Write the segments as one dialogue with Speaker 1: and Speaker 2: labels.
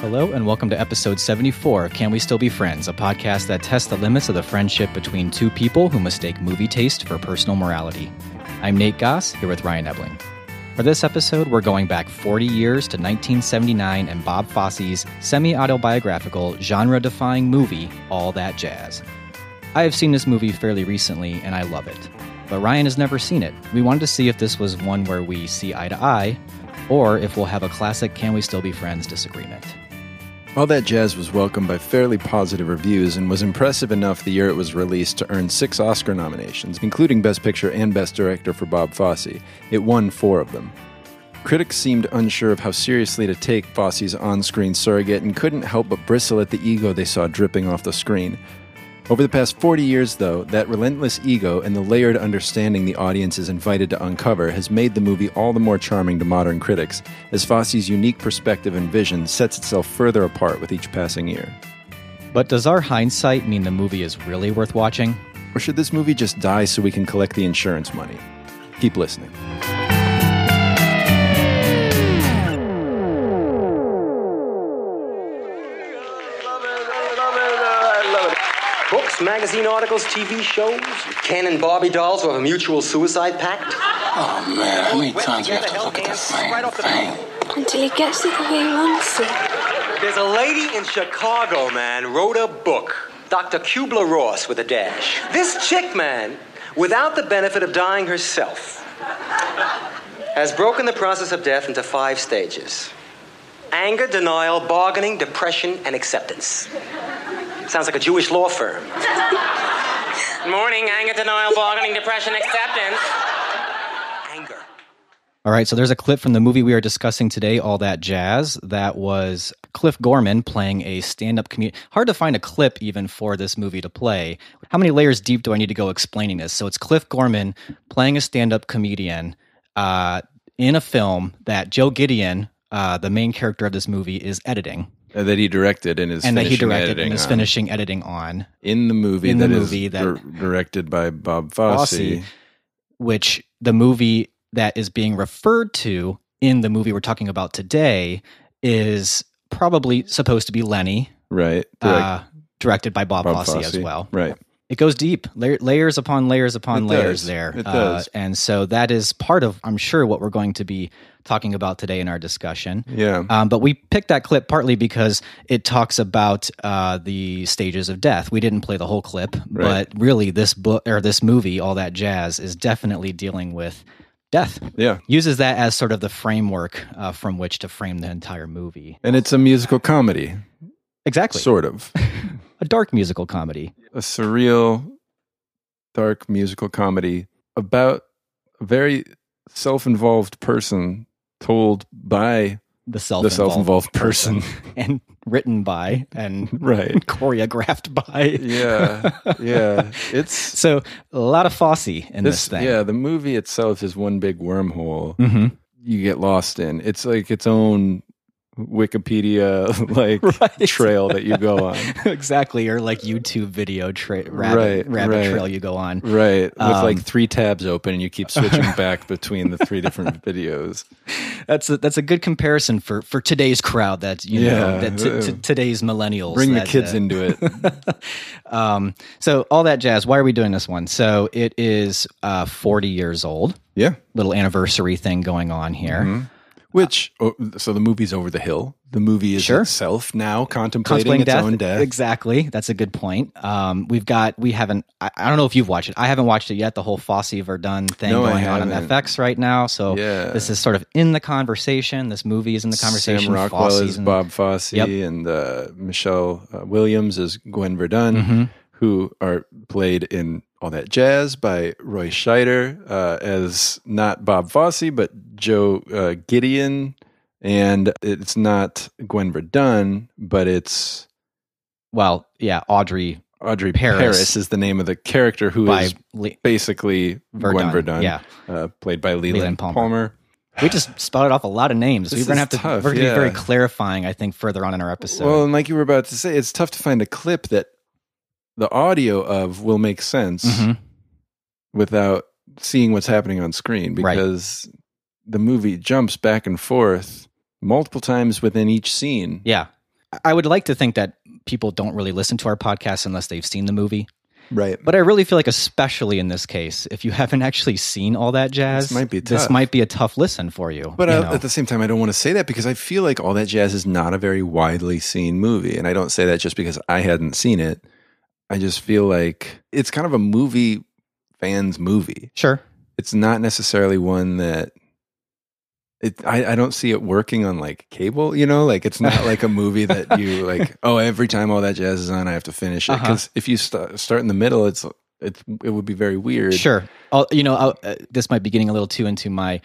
Speaker 1: Hello, and welcome to episode 74 Can We Still Be Friends? A podcast that tests the limits of the friendship between two people who mistake movie taste for personal morality. I'm Nate Goss, here with Ryan Ebling. For this episode, we're going back 40 years to 1979 and Bob Fosse's semi autobiographical, genre defying movie, All That Jazz. I have seen this movie fairly recently, and I love it. But Ryan has never seen it. We wanted to see if this was one where we see eye to eye, or if we'll have a classic Can We Still Be Friends disagreement.
Speaker 2: All That Jazz was welcomed by fairly positive reviews and was impressive enough the year it was released to earn six Oscar nominations, including Best Picture and Best Director for Bob Fosse. It won four of them. Critics seemed unsure of how seriously to take Fosse's on screen surrogate and couldn't help but bristle at the ego they saw dripping off the screen. Over the past 40 years, though, that relentless ego and the layered understanding the audience is invited to uncover has made the movie all the more charming to modern critics, as Fosse's unique perspective and vision sets itself further apart with each passing year.
Speaker 1: But does our hindsight mean the movie is really worth watching?
Speaker 2: Or should this movie just die so we can collect the insurance money? Keep listening.
Speaker 3: Love it, love it, love it, I love it. Books, magazine articles, TV shows. Ken and Barbie dolls who have a mutual suicide pact.
Speaker 4: Oh man, how many times do we have to look at the same
Speaker 3: Right off the-
Speaker 4: thing?
Speaker 5: until he gets it the way he wants it.
Speaker 3: There's a lady in Chicago, man, wrote a book. Dr. Kubler Ross with a dash. This chick, man, without the benefit of dying herself, has broken the process of death into five stages anger, denial, bargaining, depression, and acceptance. Sounds like a Jewish law firm. Morning, anger, denial, bargaining, depression, acceptance. Anger.
Speaker 1: All right, so there's a clip from the movie we are discussing today, All That Jazz. That was Cliff Gorman playing a stand up comedian. Hard to find a clip even for this movie to play. How many layers deep do I need to go explaining this? So it's Cliff Gorman playing a stand up comedian uh, in a film that Joe Gideon, uh, the main character of this movie, is editing
Speaker 2: Uh, that he directed and is
Speaker 1: and that he
Speaker 2: finishing
Speaker 1: directed
Speaker 2: editing
Speaker 1: and is
Speaker 2: on.
Speaker 1: finishing editing on.
Speaker 2: in the movie
Speaker 1: in
Speaker 2: that
Speaker 1: the
Speaker 2: is
Speaker 1: movie that-
Speaker 2: dir- directed by Bob Fosse.
Speaker 1: Fosse. which the movie that is being referred to in the movie we're talking about today is probably supposed to be Lenny,
Speaker 2: right?
Speaker 1: uh, directed by Bob,
Speaker 2: Direct-
Speaker 1: Fosse, as well.
Speaker 2: right?
Speaker 1: It goes deep, la- layers upon layers upon
Speaker 2: It
Speaker 1: layers
Speaker 2: does.
Speaker 1: there. uh,
Speaker 2: It does.
Speaker 1: and so that is part of, I'm sure, what we're going to be talking about today in our discussion.
Speaker 2: Yeah,
Speaker 1: Um, but we picked that clip partly because it talks about uh, the stages of death. We didn't play the whole clip,
Speaker 2: Right.
Speaker 1: but really, this book or this movie, all that jazz, is definitely dealing with death.
Speaker 2: yeah.
Speaker 1: Uses that as sort of the framework uh, from which to frame the entire movie.
Speaker 2: And it's a musical comedy,
Speaker 1: Exactly,
Speaker 2: sort of.
Speaker 1: a dark musical comedy.
Speaker 2: a surreal, dark musical comedy about a very self involved person told by
Speaker 1: The self
Speaker 2: the self involved person.
Speaker 1: and written by and
Speaker 2: right.
Speaker 1: choreographed by.
Speaker 2: Yeah. Yeah. It's
Speaker 1: So a lot of Fosse in this, thing.
Speaker 2: Yeah. The movie itself is one big wormhole
Speaker 1: hmm
Speaker 2: you get lost in. It's like its own Wikipedia like
Speaker 1: Right.
Speaker 2: trail that you go on.
Speaker 1: exactly, or like YouTube video tra- rabbit,
Speaker 2: Right,
Speaker 1: rabbit
Speaker 2: right.
Speaker 1: trail you go on.
Speaker 2: Right. With
Speaker 1: Um,
Speaker 2: like three tabs open and you keep switching back between the three different videos.
Speaker 1: That's a, that's a good comparison for for today's crowd. That you know,
Speaker 2: Yeah.
Speaker 1: that t- t- today's millennials.
Speaker 2: Bring the
Speaker 1: that,
Speaker 2: kids
Speaker 1: uh,
Speaker 2: into it.
Speaker 1: Um, so all that jazz. Why are we doing this one? So it is uh, forty years old.
Speaker 2: Yeah.
Speaker 1: Little anniversary thing going on here.
Speaker 2: Mm-hmm. Which oh, so the movie's over the hill. The movie is
Speaker 1: Sure.
Speaker 2: itself now contemplating
Speaker 1: Contemplating
Speaker 2: its
Speaker 1: death.
Speaker 2: own death.
Speaker 1: Exactly. That's a good point. Um, we've got we haven't. I, I don't know if you've watched it. I haven't watched it yet. The whole Fosse Verdun thing
Speaker 2: No, I
Speaker 1: going on on
Speaker 2: haven't.
Speaker 1: FX right now. So
Speaker 2: Yeah.
Speaker 1: this is sort of in the conversation. This movie is in the conversation.
Speaker 2: Sam Rockwell
Speaker 1: Fosse's
Speaker 2: is
Speaker 1: in-
Speaker 2: Bob Fosse
Speaker 1: Yep.
Speaker 2: and uh, Michelle uh, Williams is Gwen Verdun,
Speaker 1: Mm-hmm.
Speaker 2: who are played in all that jazz by Roy Scheider uh, as not Bob Fosse but Joe uh, Gideon, and it's not Gwen Verdun but it's
Speaker 1: Well, yeah, Audrey
Speaker 2: Audrey
Speaker 1: Paris.
Speaker 2: Paris, is the name of the character who is
Speaker 1: by Le-
Speaker 2: basically
Speaker 1: Verdun,
Speaker 2: Gwen Verdun,
Speaker 1: yeah.
Speaker 2: uh, played by Leland,
Speaker 1: Leland Palmer.
Speaker 2: Palmer.
Speaker 1: we just spouted off a lot of names.
Speaker 2: This
Speaker 1: we're gonna have
Speaker 2: is
Speaker 1: to
Speaker 2: tough,
Speaker 1: we're gonna be very
Speaker 2: yeah.
Speaker 1: clarifying, I think, further on in our episode.
Speaker 2: Well, and like you were about to say, it's tough to find a clip that the audio of will make sense
Speaker 1: Mhm.
Speaker 2: without seeing what's happening on screen
Speaker 1: Right.
Speaker 2: because the movie jumps back and forth multiple times within each scene.
Speaker 1: Yeah. I would like to think that people don't really listen to our podcast unless they've seen the movie.
Speaker 2: Right.
Speaker 1: But I really feel like, especially in this case, if you haven't actually seen all that jazz,
Speaker 2: This might be
Speaker 1: this
Speaker 2: tough.
Speaker 1: might be a tough listen for you.
Speaker 2: But
Speaker 1: you
Speaker 2: I,
Speaker 1: know?
Speaker 2: at the same time, I don't want to say that because I feel like all that jazz is not a very widely seen movie, and I don't say that just because I hadn't seen it. I just feel like it's kind of a movie fans movie.
Speaker 1: sure,
Speaker 2: It's not necessarily one that it. I, I don't see it working on like cable. You know, like it's not like a movie that you like. Oh, every time all that jazz is on, I have to finish it
Speaker 1: Uh-huh.
Speaker 2: because if you st- start in the middle, it's it's it would be very weird.
Speaker 1: sure. i you know, I'll, uh, this might be getting a little too into my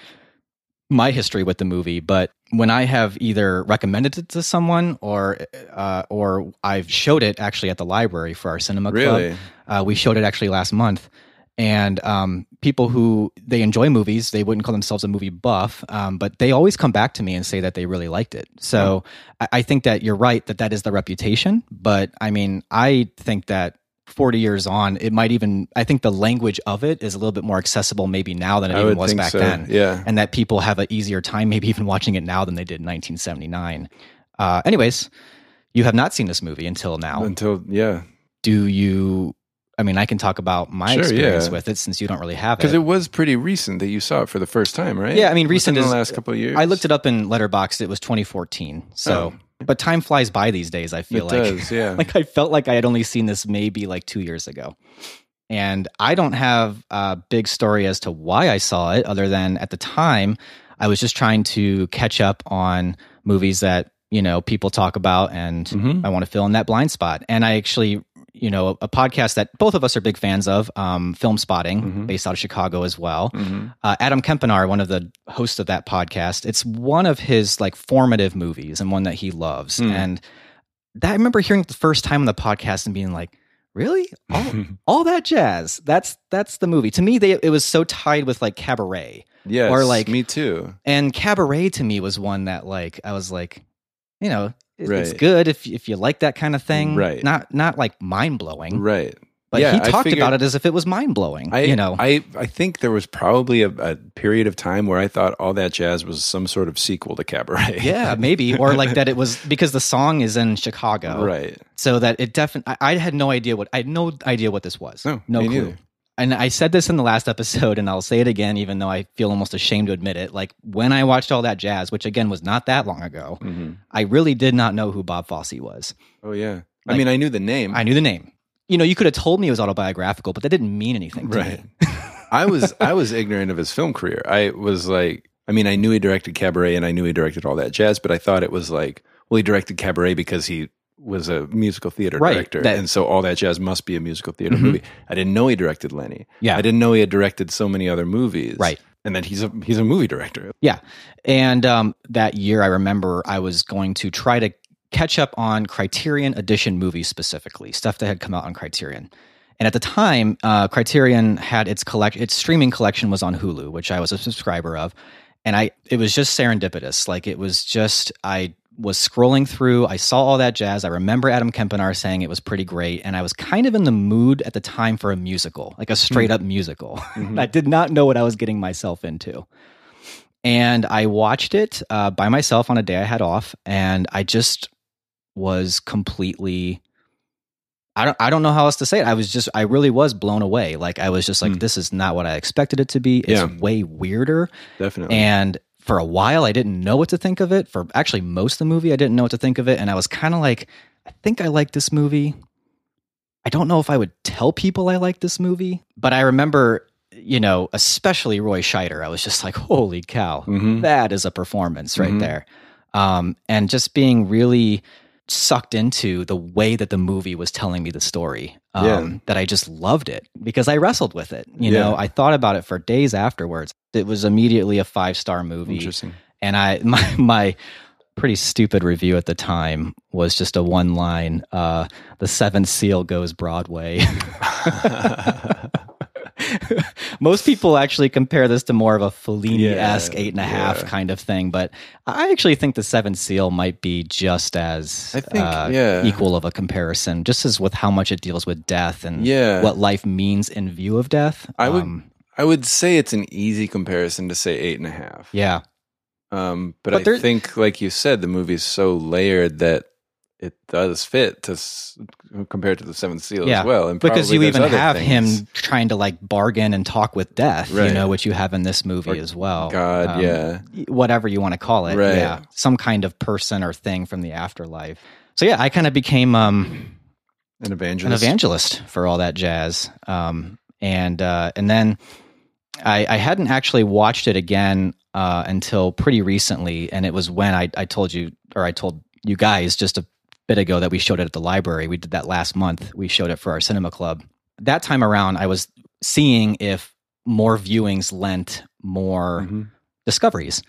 Speaker 1: my history with the movie, but when I have either recommended it to someone or uh, or I've showed it actually at the library for our cinema club,
Speaker 2: Really?
Speaker 1: Uh, we showed it actually last month. And um, people who they enjoy movies, they wouldn't call themselves a movie buff, um, but they always come back to me and say that they really liked it. So
Speaker 2: Hmm.
Speaker 1: I, I think that you're right that that is the reputation. But I mean, I think that 40 years on, it might even, I think the language of it is a little bit more accessible maybe now than it
Speaker 2: I
Speaker 1: even
Speaker 2: would
Speaker 1: was
Speaker 2: think
Speaker 1: back
Speaker 2: so,
Speaker 1: then.
Speaker 2: yeah.
Speaker 1: And that people have an easier time maybe even watching it now than they did in 1979. Uh, anyways, you have not seen this movie until now
Speaker 2: Until yeah,
Speaker 1: do you i mean i can talk about my
Speaker 2: Sure,
Speaker 1: experience
Speaker 2: yeah.
Speaker 1: with it since you don't really have
Speaker 2: Because
Speaker 1: it,
Speaker 2: it was pretty recent that you saw it for the first time, right?
Speaker 1: Yeah, I mean, recent
Speaker 2: Within
Speaker 1: is-
Speaker 2: the last couple of years.
Speaker 1: i looked it up in letterboxd it was 2014 so but time flies by these days i
Speaker 2: Oh. It
Speaker 1: feel like
Speaker 2: does, yeah.
Speaker 1: like i felt like i had only seen this maybe like two years ago and i don't have a big story as to why i saw it other than at the time i was just trying to catch up on movies that you know people talk about and i want to fill in that blind spot and i actually you know a, podcast that both of us are big fans of um, film spotting based out of chicago as well uh, adam kempinar one of the hosts of that podcast it's one of his like formative movies and one that he loves and that I remember hearing it the first time on the podcast and being like, really? All, all that jazz. That's that's the movie. To me, they it was so tied with like cabaret.
Speaker 2: yes,
Speaker 1: or like-
Speaker 2: me too.
Speaker 1: And cabaret to me was one that like I was like, you know, it- it's
Speaker 2: Right.
Speaker 1: good if if you like that kind of thing.
Speaker 2: Right.
Speaker 1: Not not like mind blowing.
Speaker 2: Right.
Speaker 1: But
Speaker 2: Yeah,
Speaker 1: he
Speaker 2: I
Speaker 1: talked
Speaker 2: figured-
Speaker 1: about it as if it was mind blowing.
Speaker 2: I,
Speaker 1: You know.
Speaker 2: I, I think there was probably a, a period of time where I thought all that jazz was some sort of sequel to Cabaret.
Speaker 1: yeah, maybe. Or like that it was because the song is in Chicago.
Speaker 2: right.
Speaker 1: so that it definitely I, I had no idea what i had no idea what this was
Speaker 2: No,
Speaker 1: no
Speaker 2: me
Speaker 1: clue
Speaker 2: neither.
Speaker 1: and i said this in the last episode and i'll say it again even though i feel almost ashamed to admit it like when i watched all that jazz which again was not that long ago
Speaker 2: Mm-hmm.
Speaker 1: i really did not know who bob fosse was
Speaker 2: Oh yeah.
Speaker 1: Like-
Speaker 2: I mean, I knew the name.
Speaker 1: i knew the name you know you could have told me it was autobiographical but that didn't mean anything to
Speaker 2: right.
Speaker 1: me
Speaker 2: I was I was ignorant of his film career. I was like, I mean, I knew he directed Cabaret and I knew he directed all that jazz, but I thought it was like, well, he directed Cabaret because he was a musical theater
Speaker 1: Right,
Speaker 2: director,
Speaker 1: that- Mm-hmm.
Speaker 2: and so all that jazz must be a musical theater movie. I didn't know he directed Lenny.
Speaker 1: Yeah.
Speaker 2: I didn't know he had directed so many other movies.
Speaker 1: Right.
Speaker 2: and that he's a he's a movie director.
Speaker 1: Yeah. And um, that year, I remember I was going to try to catch up on Criterion Edition movies specifically, stuff that had come out on Criterion. And at the time, uh, Criterion had its collect its streaming collection was on Hulu, which I was a subscriber of, and I it was just serendipitous. Like it was just I was scrolling through, I saw all that jazz. I remember Adam Kempinar saying it was pretty great, and I was kind of in the mood at the time for a musical, like a straight up musical. I did not know what I was getting myself into and I watched it uh, by myself on a day I had off, and I just was completely. I don't. I don't know how else to say it. I was just. I really was blown away. Like I was just like, this is not what I expected it to be. It's
Speaker 2: Yeah.
Speaker 1: way weirder.
Speaker 2: Definitely.
Speaker 1: And for a while, I didn't know what to think of it. For actually most of the movie, I didn't know what to think of it. And I was kind of like, I think I like this movie. I don't know if I would tell people I like this movie, but I remember, you know, especially Roy Scheider, I was just like, holy cow, that is a performance right there. Um, and just being really sucked into the way that the movie was telling me the story um,
Speaker 2: Yeah.
Speaker 1: that I just loved it because I wrestled with it. You know,
Speaker 2: Yeah.
Speaker 1: I thought about it for days afterwards. It was immediately a five star movie.
Speaker 2: Interesting.
Speaker 1: And I my my pretty stupid review at the time was just a one line, uh, the seventh seal goes Broadway. Most people actually compare this to more of a Fellini-esque
Speaker 2: Yeah,
Speaker 1: eight and a half
Speaker 2: yeah.
Speaker 1: kind of thing, but I actually think the Seventh Seal might be just as
Speaker 2: I think,
Speaker 1: uh,
Speaker 2: yeah.
Speaker 1: equal of a comparison, just as with how much it deals with death and
Speaker 2: Yeah.
Speaker 1: what life means in view of death.
Speaker 2: I would
Speaker 1: Um,
Speaker 2: I would say it's an easy comparison to say eight and a half.
Speaker 1: yeah,
Speaker 2: Um, but,
Speaker 1: But
Speaker 2: I
Speaker 1: there-
Speaker 2: think, like you said, the movie's so layered that it does fit to s- compared to the Seventh Seal
Speaker 1: yeah,
Speaker 2: as well, and
Speaker 1: because
Speaker 2: probably
Speaker 1: you
Speaker 2: there's
Speaker 1: even
Speaker 2: other
Speaker 1: have
Speaker 2: things.
Speaker 1: him trying to like bargain and talk with death, you
Speaker 2: Right.
Speaker 1: know, which you have in this movie as well.
Speaker 2: God, yeah.
Speaker 1: whatever you want to call it,
Speaker 2: Right.
Speaker 1: yeah, some kind of person or thing from the afterlife. So yeah, I kind of became um,
Speaker 2: an
Speaker 1: an
Speaker 2: evangelist.
Speaker 1: evangelist for all that jazz. Um, and uh, and then I, I hadn't actually watched it again uh, until pretty recently, and it was when I, I told you or I told you guys just a bit ago that we showed it at the library. We did that last month. We showed it for our cinema club. That time around, I was seeing if more viewings lent more
Speaker 2: Mhm.
Speaker 1: discoveries.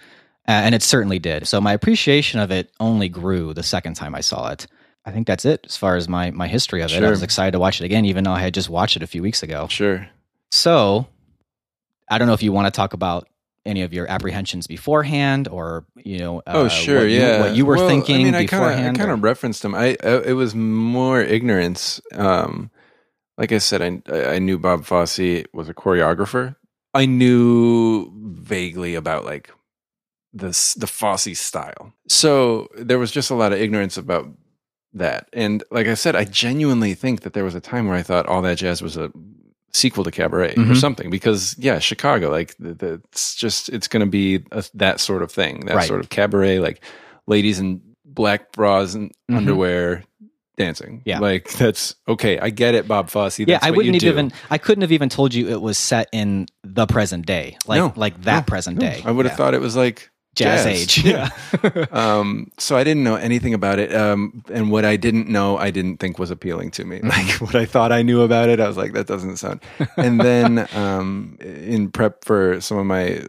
Speaker 1: Uh, and it certainly did. So my appreciation of it only grew the second time I saw it. I think that's it as far as my, my history of it. I
Speaker 2: Sure.
Speaker 1: was excited to watch it again, even though I had just watched it a few weeks ago.
Speaker 2: Sure.
Speaker 1: So I don't know if you want to talk about any of your apprehensions beforehand or, you know,
Speaker 2: oh
Speaker 1: uh,
Speaker 2: sure
Speaker 1: what you,
Speaker 2: yeah
Speaker 1: what you were
Speaker 2: Well,
Speaker 1: thinking
Speaker 2: i mean i kind of i
Speaker 1: beforehand.
Speaker 2: kind
Speaker 1: or-
Speaker 2: of referenced them I, I it was more ignorance um like i said i i knew bob fosse was a choreographer i knew vaguely about like the s- the fosse style so there was just a lot of ignorance about that and like i said i genuinely think that there was a time where i thought all that jazz was a sequel to cabaret or
Speaker 1: Mhm.
Speaker 2: something because yeah chicago like the, the, it's just it's going to be a, that sort of thing that
Speaker 1: Right.
Speaker 2: sort of cabaret like ladies in black bras and
Speaker 1: Mhm.
Speaker 2: underwear dancing
Speaker 1: Yeah.
Speaker 2: like that's okay i get it bob fosse
Speaker 1: yeah,
Speaker 2: that's
Speaker 1: I
Speaker 2: what
Speaker 1: wouldn't
Speaker 2: you
Speaker 1: have
Speaker 2: do.
Speaker 1: even. I couldn't have even told you it was set in the present day, like
Speaker 2: No,
Speaker 1: like that
Speaker 2: no,
Speaker 1: present
Speaker 2: no.
Speaker 1: day.
Speaker 2: i would have
Speaker 1: Yeah.
Speaker 2: thought it was like
Speaker 1: jazz,
Speaker 2: jazz.
Speaker 1: age. Yeah,
Speaker 2: um so i didn't know anything about it um and what i didn't know i didn't think was appealing to me like
Speaker 1: Mm-hmm.
Speaker 2: what i thought i knew about it i was like that doesn't sound and then um in prep for some of my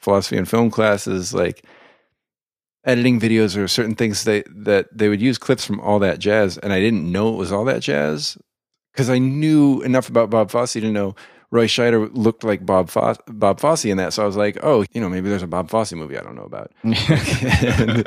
Speaker 2: philosophy and film classes like editing videos or certain things they that they would use clips from all that jazz and i didn't know it was all that jazz because i knew enough about bob fosse to know roy scheider looked like bob fosse, bob fosse in that so i was like oh you know maybe there's a bob fosse movie i don't know about and,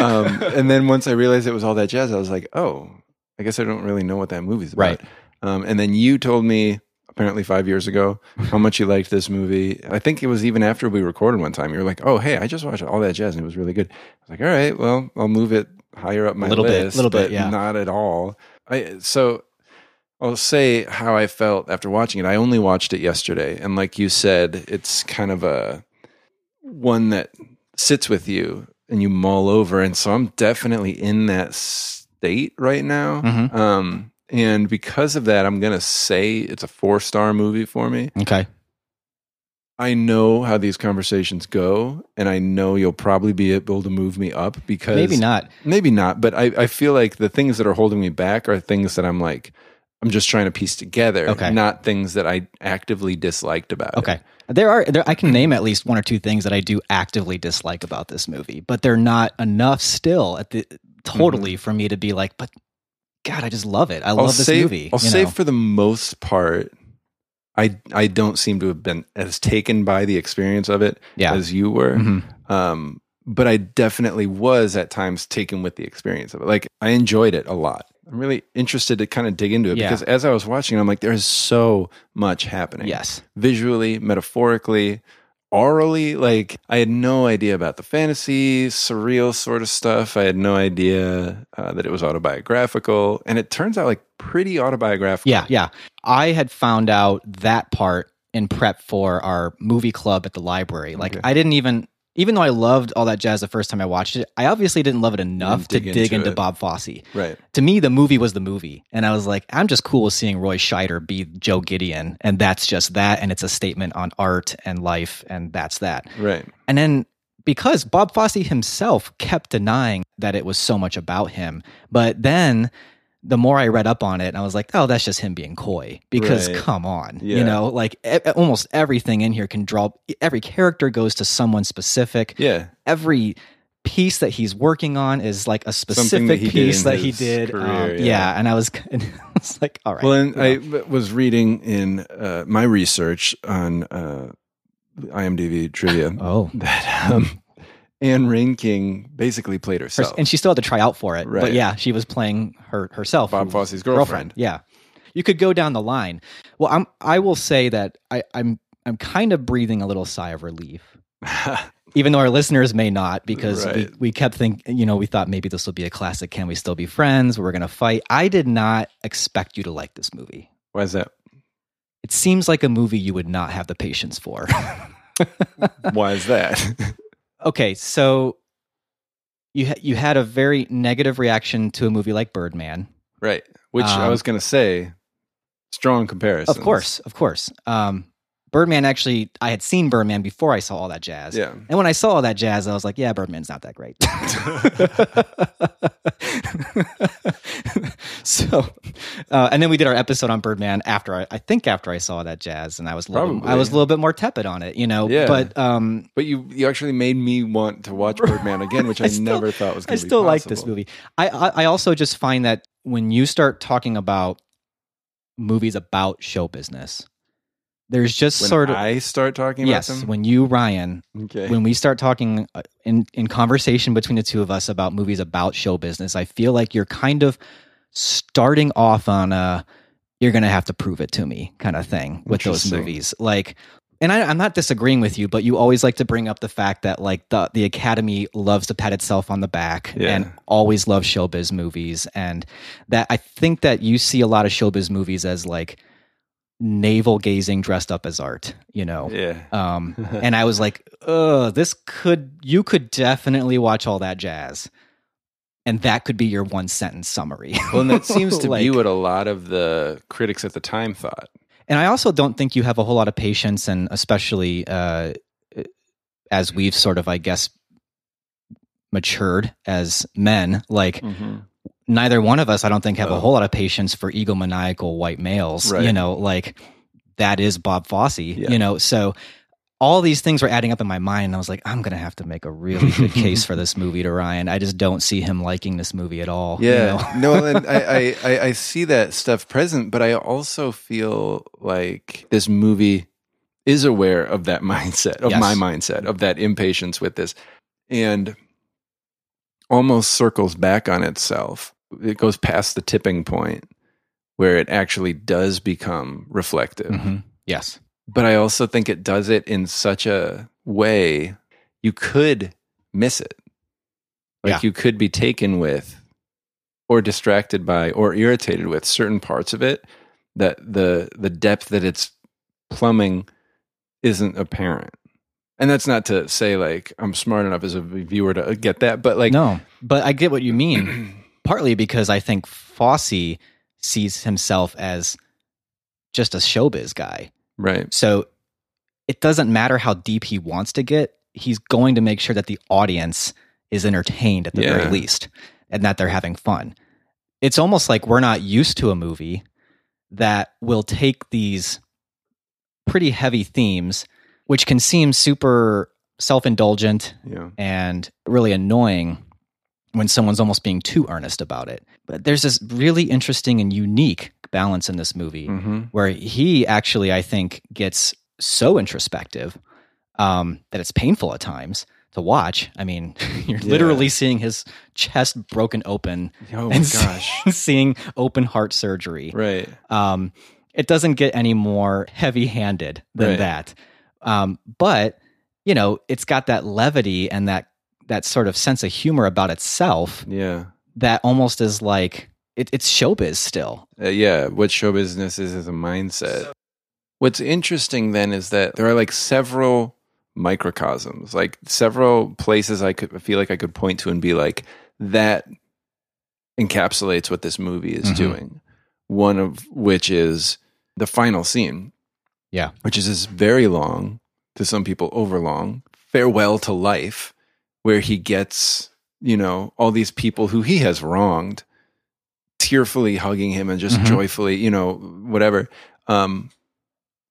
Speaker 2: um, and then once I realized it was all that jazz, I was like, oh, I guess I don't really know what that movie's
Speaker 1: Right.
Speaker 2: about. Um, and then you told me apparently five years ago how much you liked this movie. I think it was even after we recorded one time. You were like, oh, hey, I just watched all that jazz and it was really good. I was like, all right, well, I'll move it higher up my
Speaker 1: Little bit,
Speaker 2: list,
Speaker 1: little bit,
Speaker 2: but
Speaker 1: yeah.
Speaker 2: not at all. I so I'll say how I felt after watching it. I only watched it yesterday, and like you said, it's kind of a one that sits with you and you mull over. And so I'm definitely in that state right now.
Speaker 1: Mhm.
Speaker 2: Um, and because of that, I'm gonna say it's a four star movie for me.
Speaker 1: okay.
Speaker 2: I know how these conversations go, and I know you'll probably be able to move me up because
Speaker 1: Maybe not.
Speaker 2: maybe not but I, I feel like the things that are holding me back are things that i'm like i'm just trying to piece together
Speaker 1: Okay.
Speaker 2: not things that i actively disliked about it.
Speaker 1: Okay. There are there I can name at least one or two things that I do actively dislike about this movie, but they're not enough still at the totally for me to be like, but God, I just love it. I
Speaker 2: Mm-hmm. i'll
Speaker 1: love this
Speaker 2: say
Speaker 1: movie.
Speaker 2: i'll
Speaker 1: you
Speaker 2: say
Speaker 1: know?
Speaker 2: for the most part i i don't seem to have been as taken by the experience of it
Speaker 1: Yeah.
Speaker 2: as you were
Speaker 1: Mhm.
Speaker 2: um but i definitely was at times taken with the experience of it like i enjoyed it a lot i'm really interested to kind of dig into it
Speaker 1: Yeah.
Speaker 2: because as i was watching i'm like there's so much happening
Speaker 1: Yes.
Speaker 2: visually, metaphorically, orally. Like I had no idea about the fantasy, surreal sort of stuff. I had no idea uh, that it was autobiographical, and it turns out like pretty autobiographical.
Speaker 1: Yeah, yeah. I had found out that part in prep for our movie club at the library. Like
Speaker 2: Okay.
Speaker 1: I didn't even even though I loved all that jazz the first time I watched it, I obviously didn't love it enough
Speaker 2: dig
Speaker 1: to dig
Speaker 2: into
Speaker 1: into
Speaker 2: it.
Speaker 1: Bob Fosse.
Speaker 2: Right.
Speaker 1: to me, the movie was the movie. And I was like, I'm just cool with seeing Roy Scheider be Joe Gideon. And that's just that. And it's a statement on art and life. And that's that.
Speaker 2: Right.
Speaker 1: And then because Bob Fosse himself kept denying that it was so much about him. But then the more I read up on it, I was like, oh, that's just him being coy. Because
Speaker 2: Right.
Speaker 1: come on, you
Speaker 2: Yeah.
Speaker 1: know, like e- almost everything in here can draw, every character goes to someone specific
Speaker 2: Yeah.
Speaker 1: every piece that he's working on is like a
Speaker 2: Something that
Speaker 1: specific
Speaker 2: he did
Speaker 1: piece
Speaker 2: in
Speaker 1: that he
Speaker 2: his
Speaker 1: did.
Speaker 2: career,
Speaker 1: um, yeah.
Speaker 2: yeah.
Speaker 1: and I was, and I was like, all right.
Speaker 2: Well, and
Speaker 1: you
Speaker 2: I
Speaker 1: know.
Speaker 2: w- was reading in uh, my research on uh, IMDb trivia
Speaker 1: oh,
Speaker 2: that um, Anne Rankin basically played herself.
Speaker 1: and she still had to try out for it. But
Speaker 2: Right.
Speaker 1: yeah, she was playing her herself,
Speaker 2: Bob
Speaker 1: who-
Speaker 2: Fosse's girlfriend.
Speaker 1: Yeah, you could go down the line. Well, I'm. I will say that I, I'm. I'm kind of breathing a little sigh of relief even though our listeners may not, because we,
Speaker 2: Right.
Speaker 1: we kept thinking, you know, we thought maybe this will be a classic. Can we still be friends? We're going to fight. I did not expect you to like this movie.
Speaker 2: Why is that?
Speaker 1: It seems like a movie you would not have the patience for.
Speaker 2: Why is that?
Speaker 1: okay, so you ha- you had a very negative reaction to a movie like Birdman.
Speaker 2: right. Which I
Speaker 1: Um,
Speaker 2: was going to say, strong comparison.
Speaker 1: Of course, of course. Um, Birdman actually, I had seen Birdman before I saw all that jazz.
Speaker 2: Yeah.
Speaker 1: And when I saw all that jazz, I was like, yeah, Birdman's not that great. so, uh, and then we did our episode on Birdman after I, I think after I saw that jazz, and I was a little,
Speaker 2: Probably.
Speaker 1: I was a little bit more tepid on it, you know.
Speaker 2: Yeah.
Speaker 1: But um,
Speaker 2: But you, you actually made me want to watch Birdman again, which I,
Speaker 1: still-
Speaker 2: never thought was
Speaker 1: I
Speaker 2: going to be
Speaker 1: still like this
Speaker 2: possible.
Speaker 1: movie. I, I I also just find that when you start talking about movies about show business, there's just
Speaker 2: When
Speaker 1: sort of
Speaker 2: I start talking
Speaker 1: yes.
Speaker 2: about them,
Speaker 1: When you Ryan,
Speaker 2: okay.
Speaker 1: when we start talking uh, in in conversation between the two of us about movies about show business, I feel like you're kind of starting off on a you're going to have to prove it to me kind of thing with those
Speaker 2: Interesting.
Speaker 1: movies. Like and I, I'm not disagreeing with you, but you always like to bring up the fact that like the the Academy loves to pat itself on the back
Speaker 2: Yeah.
Speaker 1: and always loves showbiz movies, and that I think that you see a lot of showbiz movies as like navel gazing dressed up as art, you know.
Speaker 2: yeah.
Speaker 1: Um, and I was like, "Ugh, this could you could definitely watch all that jazz, and that could be your one sentence summary."
Speaker 2: Well, and that seems to be
Speaker 1: Like-
Speaker 2: what a lot of the critics at the time thought.
Speaker 1: And I also don't think you have a whole lot of patience, and especially uh, as we've sort of, I guess, matured as men, like
Speaker 2: Mm-hmm.
Speaker 1: neither one of us, I don't think, have a
Speaker 2: Oh.
Speaker 1: whole lot of patience for egomaniacal white males. You
Speaker 2: Right.
Speaker 1: know, like that is Bob Fosse.
Speaker 2: Yeah.
Speaker 1: You know, so all these things were adding up in my mind, and I was like, I'm going to have to make a really good case for this movie to Ryan. I just don't see him liking this movie at all. you know?
Speaker 2: Yeah. no, and I, I, I, I see that stuff present, but I also feel like this movie is aware of that mindset, of
Speaker 1: Yes.
Speaker 2: my mindset, of that impatience with this, and almost circles back on itself. It goes past the tipping point where it actually does become reflective.
Speaker 1: Mhm. Yes.
Speaker 2: but I also think it does it in such a way you could miss it. Like
Speaker 1: Yeah.
Speaker 2: you could be taken with or distracted by or irritated with certain parts of it that the the depth that it's plumbing isn't apparent. And that's not to say like I'm smart enough as a viewer to uh, get that, but like
Speaker 1: no, but I get what you mean. partly because I think Fosse sees himself as just a showbiz guy.
Speaker 2: right.
Speaker 1: So it doesn't matter how deep he wants to get, he's going to make sure that the audience is entertained at the very
Speaker 2: Yeah.
Speaker 1: least and that they're having fun. It's almost like we're not used to a movie that will take these pretty heavy themes, which can seem super self indulgent
Speaker 2: Yeah.
Speaker 1: and really annoying when someone's almost being too earnest about it. But there's this really interesting and unique balance in this movie
Speaker 2: Mm-hmm.
Speaker 1: where he actually, I think, gets so introspective um, that it's painful at times to watch. I mean, you're
Speaker 2: Yeah.
Speaker 1: literally seeing his chest broken open
Speaker 2: Oh my
Speaker 1: and
Speaker 2: gosh.
Speaker 1: seeing open heart surgery
Speaker 2: right.
Speaker 1: um, it doesn't get any more heavy handed than
Speaker 2: Right.
Speaker 1: that. Um, but you know, it's got that levity and that that sort of sense of humor about itself
Speaker 2: Yeah.
Speaker 1: that almost is like it, it's showbiz still.
Speaker 2: Uh, yeah, what show business is as a mindset. What's interesting then is that there are like several microcosms, like several places I could feel like I could point to and be like, that encapsulates what this movie is
Speaker 1: Mhm.
Speaker 2: doing. One of which is the final scene.
Speaker 1: Yeah.
Speaker 2: Which is this very long, to some people overlong, farewell to life, where he gets, you know, all these people who he has wronged tearfully hugging him and just
Speaker 1: Mhm.
Speaker 2: joyfully, you know, whatever. Um,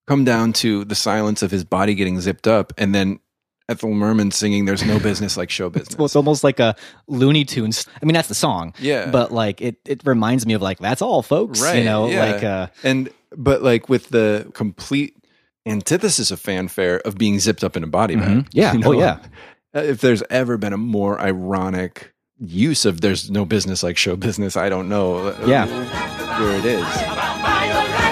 Speaker 2: come down to the silence of his body getting zipped up, and then Ethel Merman singing "There's no business like show business."
Speaker 1: Well, it's almost like a Looney Tunes. I mean, that's the song,
Speaker 2: yeah,
Speaker 1: but like it, it reminds me of like that's all, folks. You
Speaker 2: Right,
Speaker 1: know,
Speaker 2: yeah.
Speaker 1: like uh,
Speaker 2: and but like with the complete antithesis of fanfare of being zipped up in a body
Speaker 1: Mhm.
Speaker 2: bag.
Speaker 1: Yeah.
Speaker 2: you Uh,
Speaker 1: Oh, yeah.
Speaker 2: If there's ever been a more ironic use of "there's no business like show business," I don't know. uh,
Speaker 1: yeah.
Speaker 2: where it is.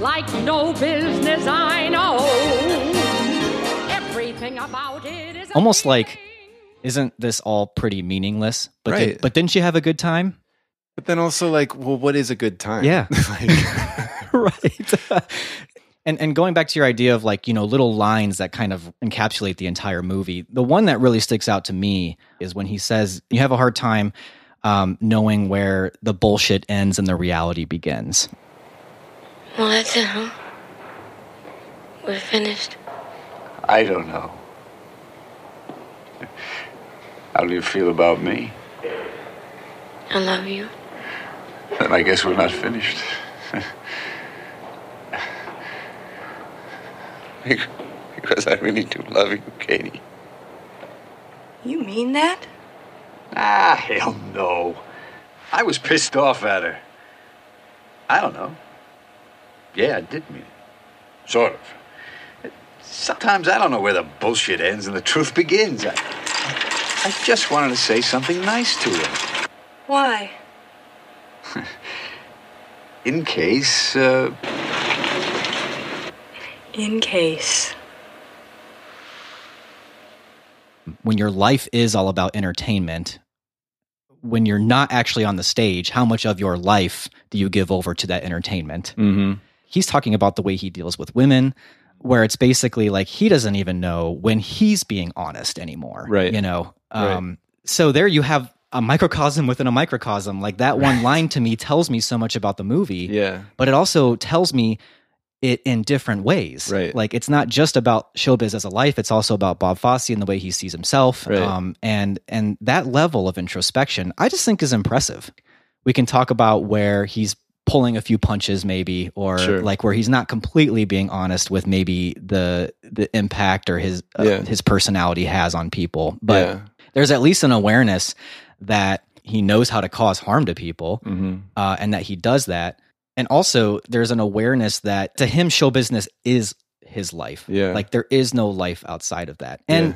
Speaker 6: like no business I know. Everything about it is
Speaker 1: Almost like-
Speaker 6: amazing.
Speaker 1: Isn't this all pretty meaningless? But did-
Speaker 2: Right.
Speaker 1: but didn't you have a good time?
Speaker 2: But then also, like, well, what is a good time?
Speaker 1: Yeah.
Speaker 2: Like-
Speaker 1: right. and and going back to your idea of like, you know, little lines that kind of encapsulate the entire movie. The one that really sticks out to me is when he says, "You have a hard time um, knowing where the bullshit ends and the reality begins."
Speaker 5: Well, that's it, huh? We're finished.
Speaker 7: I don't know. How do you feel about me?
Speaker 5: I love you.
Speaker 7: Then I guess we're not finished. because I really do love you, Katie.
Speaker 5: You mean that?
Speaker 7: Ah, hell no. I was pissed off at her. I don't know. Yeah, I did mean it. Sort of. Sometimes I don't know where the bullshit ends and the truth begins. I, I just wanted to say something nice to her.
Speaker 5: Why?
Speaker 7: In case, uh,
Speaker 5: In case.
Speaker 1: When your life is all about entertainment, when you're not actually on the stage, how much of your life do you give over to that entertainment?
Speaker 2: Mhm.
Speaker 1: he's talking about the way he deals with women where it's basically like he doesn't even know when he's being honest anymore
Speaker 2: Right.
Speaker 1: you know um so there you have a microcosm within a microcosm like that one line to me tells me so much about the movie
Speaker 2: Yeah.
Speaker 1: but it also tells me it in different ways
Speaker 2: Right.
Speaker 1: like it's not just about showbiz as a life it's also about bob fosse and the way he sees himself
Speaker 2: Right.
Speaker 1: um and and that level of introspection i just think is impressive we can talk about where he's pulling a few punches maybe or
Speaker 2: Sure.
Speaker 1: like where he's not completely being honest with maybe the the impact or his uh,
Speaker 2: Yeah.
Speaker 1: his personality has on people but
Speaker 2: yeah.
Speaker 1: there's at least an awareness that he knows how to cause harm to people
Speaker 2: Mhm.
Speaker 1: uh, and that he does that. And also, there's an awareness that to him, show business is his life.
Speaker 2: Yeah.
Speaker 1: Like there is no life outside of that. And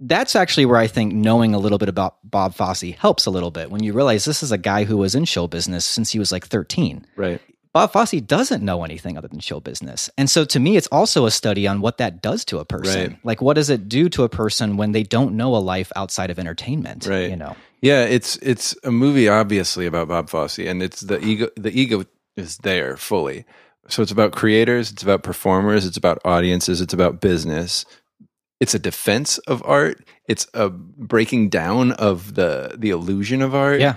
Speaker 1: that's actually where I think knowing a little bit about Bob Fosse helps a little bit when you realize this is a guy who was in show business since he was like 13.
Speaker 2: Right.
Speaker 1: Bob Fosse doesn't know anything other than show business. And so to me, it's also a study on what that does to a person.
Speaker 2: Right.
Speaker 1: Like, what does it do to a person when they don't know a life outside of entertainment?
Speaker 2: Right.
Speaker 1: You know,
Speaker 2: Yeah, it's it's a movie obviously about Bob Fosse, and it's the ego. The ego is there fully. So it's about creators, it's about performers, it's about audiences, it's about business. It's a defense of art. It's a breaking down of the the illusion of art.
Speaker 1: Yeah.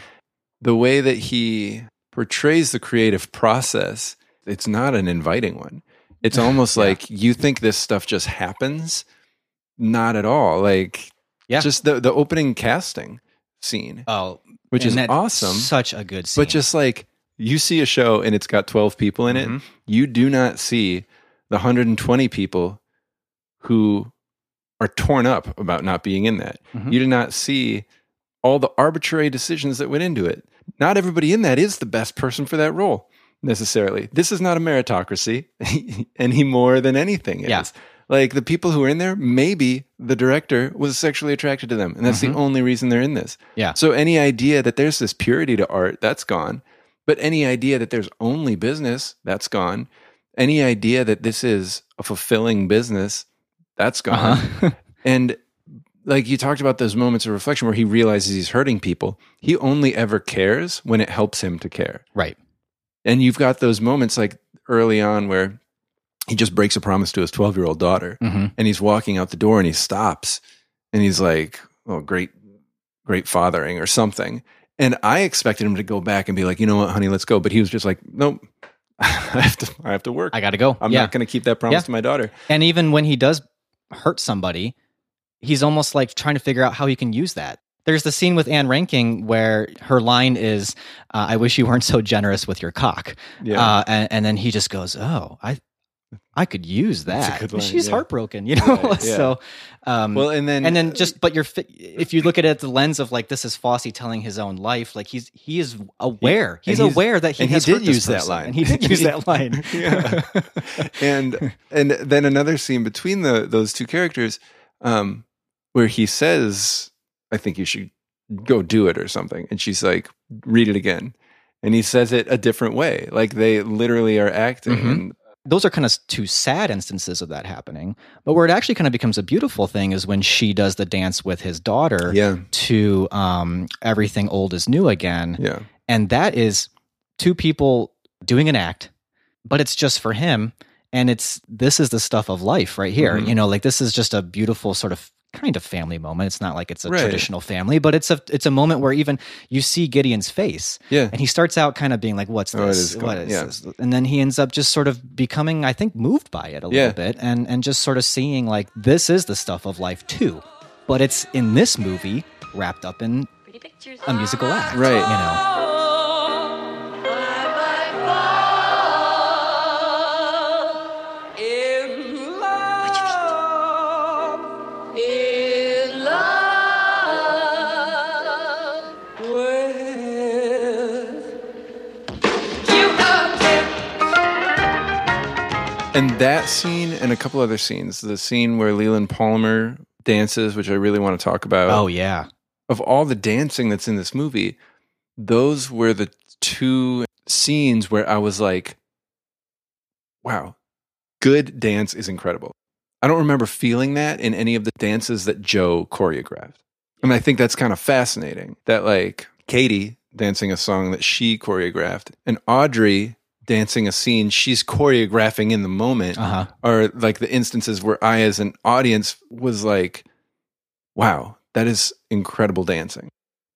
Speaker 2: the way that he portrays the creative process, it's not an inviting one. It's almost like you think this stuff just happens. Not at all. Like
Speaker 1: Yeah.
Speaker 2: just the the opening casting scene,
Speaker 1: oh,
Speaker 2: which
Speaker 1: and
Speaker 2: is
Speaker 1: that's
Speaker 2: awesome.
Speaker 1: Such a good scene.
Speaker 2: but just like you see a show and it's got 12 people in
Speaker 1: Mm-hmm.
Speaker 2: it, you do not see the 120 people who are torn up about not being in that.
Speaker 1: Mm-hmm.
Speaker 2: You do not see all the arbitrary decisions that went into it. Not everybody in that is the best person for that role necessarily. This is not a meritocracy any more than anything is.
Speaker 1: Yeah.
Speaker 2: Like the people who are in there, maybe the director was sexually attracted to them, and that's
Speaker 1: Mm-hmm.
Speaker 2: the only reason they're in this.
Speaker 1: Yeah.
Speaker 2: So any idea that there's this purity to art, that's gone. But any idea that there's only business, that's gone. Any idea that this is a fulfilling business, that's gone. and like you talked about those moments of reflection where he realizes he's hurting people. He only ever cares when it helps him to care.
Speaker 1: right.
Speaker 2: And you've got those moments like early on where he just breaks a promise to his 12 year old daughter
Speaker 1: Mm-hmm.
Speaker 2: and he's walking out the door and he stops and he's like, oh, great, great fathering or something. And I expected him to go back and be like, you know what, honey, let's go. But he was just like, nope, I have to, I have to work.
Speaker 1: I got to go.
Speaker 2: I'm
Speaker 1: yeah.
Speaker 2: not going to keep that promise
Speaker 1: Yeah.
Speaker 2: to my daughter.
Speaker 1: and even when he does hurt somebody, he's almost like trying to figure out how he can use that. There's the scene with Anne Ranking where her line is, uh, "I wish you weren't so generous with your cock,"
Speaker 2: Yeah.
Speaker 1: uh, and, and then he just goes, "Oh, I, I could use
Speaker 2: That's a
Speaker 1: that."
Speaker 2: good line,
Speaker 1: She's
Speaker 2: yeah.
Speaker 1: heartbroken, you know.
Speaker 2: Right, yeah.
Speaker 1: So, um,
Speaker 2: well, and then,
Speaker 1: and then just but you're fi- if you look at it at the lens of like this is Fosse telling his own life like he's he is aware
Speaker 2: He-
Speaker 1: he's,
Speaker 2: and he's-
Speaker 1: aware that he
Speaker 2: and he
Speaker 1: has
Speaker 2: did
Speaker 1: hurt this
Speaker 2: use that
Speaker 1: person,
Speaker 2: line.
Speaker 1: and he did use that line
Speaker 2: yeah. and and then another scene between the those two characters um where he says i think you should go do it or something and she's like read it again and he says it a different way like they literally are acting
Speaker 1: Mhm.
Speaker 2: and
Speaker 1: those are kind of two sad instances of that happening. But where it actually kind of becomes a beautiful thing is when she does the dance with his daughter
Speaker 2: Yeah.
Speaker 1: to um, Everything Old is New Again.
Speaker 2: Yeah.
Speaker 1: And that is two people doing an act, but it's just for him. And it's this is the stuff of life right here.
Speaker 2: Mhm.
Speaker 1: You know, like this is just a beautiful sort of kind of family moment. It's not like it's a
Speaker 2: Right.
Speaker 1: traditional family, but it's a it's a moment where even you see Gideon's face.
Speaker 2: Yeah.
Speaker 1: And he starts out kind of being like, What's
Speaker 2: Oh, it
Speaker 1: this?
Speaker 2: is cool.
Speaker 1: What is
Speaker 2: Yeah.
Speaker 1: this? And then he ends up just sort of becoming, I think, moved by it a little
Speaker 2: Yeah.
Speaker 1: bit and and just sort of seeing like this is the stuff of life too. But it's in this movie wrapped up in a musical act.
Speaker 2: Right.
Speaker 1: You know.
Speaker 2: And that scene and a couple other scenes, the scene where Leland Palmer dances, which I really want to talk about.
Speaker 1: Oh yeah.
Speaker 2: Of all the dancing that's in this movie, those were the two scenes where I was like, wow, good dance is incredible. I don't remember feeling that in any of the dances that Joe choreographed. And I think that's kind of fascinating that, like, Katie dancing a song that she choreographed and Audrey dancing a scene she's choreographing in the moment
Speaker 1: Uh-huh.
Speaker 2: are like the instances where I, as an audience, was like, wow, that is incredible dancing.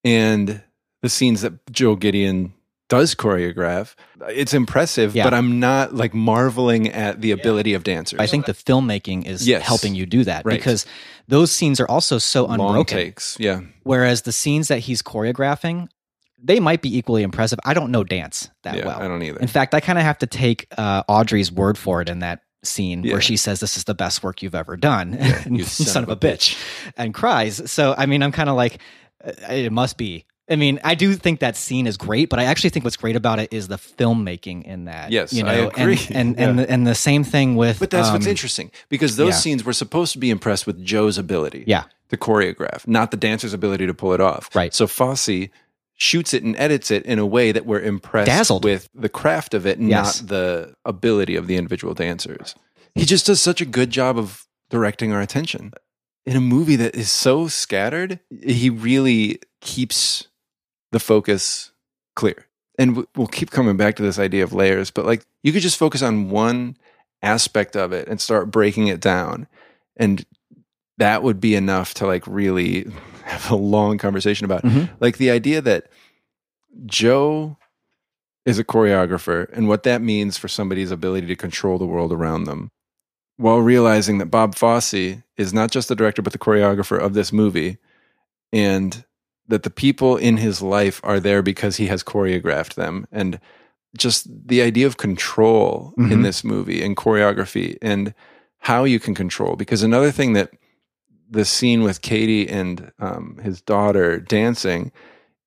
Speaker 2: And the scenes that Joe Gideon does choreograph, it's impressive,
Speaker 1: Yeah.
Speaker 2: but I'm not like marveling at the ability of dancers.
Speaker 1: I think the filmmaking is
Speaker 2: Yes.
Speaker 1: helping you do that
Speaker 2: Right.
Speaker 1: because those scenes are also so
Speaker 2: long
Speaker 1: unbroken.
Speaker 2: takes. Yeah.
Speaker 1: Whereas the scenes that he's choreographing, they might be equally impressive. I don't know dance that
Speaker 2: Yeah,
Speaker 1: well.
Speaker 2: I don't either.
Speaker 1: In fact, I kind of have to take uh, Audrey's word for it in that scene
Speaker 2: Yeah.
Speaker 1: where she says, "This is the best work you've ever done," and
Speaker 2: you
Speaker 1: son, of a bitch. and cries. So I mean, I'm kind of like, uh, it must be. I mean, I do think that scene is great, but I actually think what's great about it is the filmmaking in that.
Speaker 2: Yes,
Speaker 1: you know,
Speaker 2: I agree.
Speaker 1: and and and,
Speaker 2: Yeah.
Speaker 1: the, and the same thing with.
Speaker 2: But that's what's
Speaker 1: um,
Speaker 2: interesting because those
Speaker 1: yeah.
Speaker 2: scenes were supposed to be impressed with Joe's ability
Speaker 1: Yeah.
Speaker 2: to choreograph, not the dancer's ability to pull it off.
Speaker 1: Right.
Speaker 2: So Fosse shoots it and edits it in a way that we're impressed
Speaker 1: Dazzled.
Speaker 2: with the craft of it,
Speaker 1: Yes.
Speaker 2: not the ability of the individual dancers. He just does such a good job of directing our attention. In a movie that is so scattered, he really keeps the focus clear. And w- we'll keep coming back to this idea of layers, but like you could just focus on one aspect of it and start breaking it down. And that would be enough to like really have a long conversation about
Speaker 1: Mhm.
Speaker 2: like the idea that Joe is a choreographer and what that means for somebody's ability to control the world around them while realizing that Bob Fosse is not just the director but the choreographer of this movie and that the people in his life are there because he has choreographed them and just the idea of control in
Speaker 1: Mhm.
Speaker 2: this movie and choreography and how you can control because another thing that the scene with Katie and um, his daughter dancing,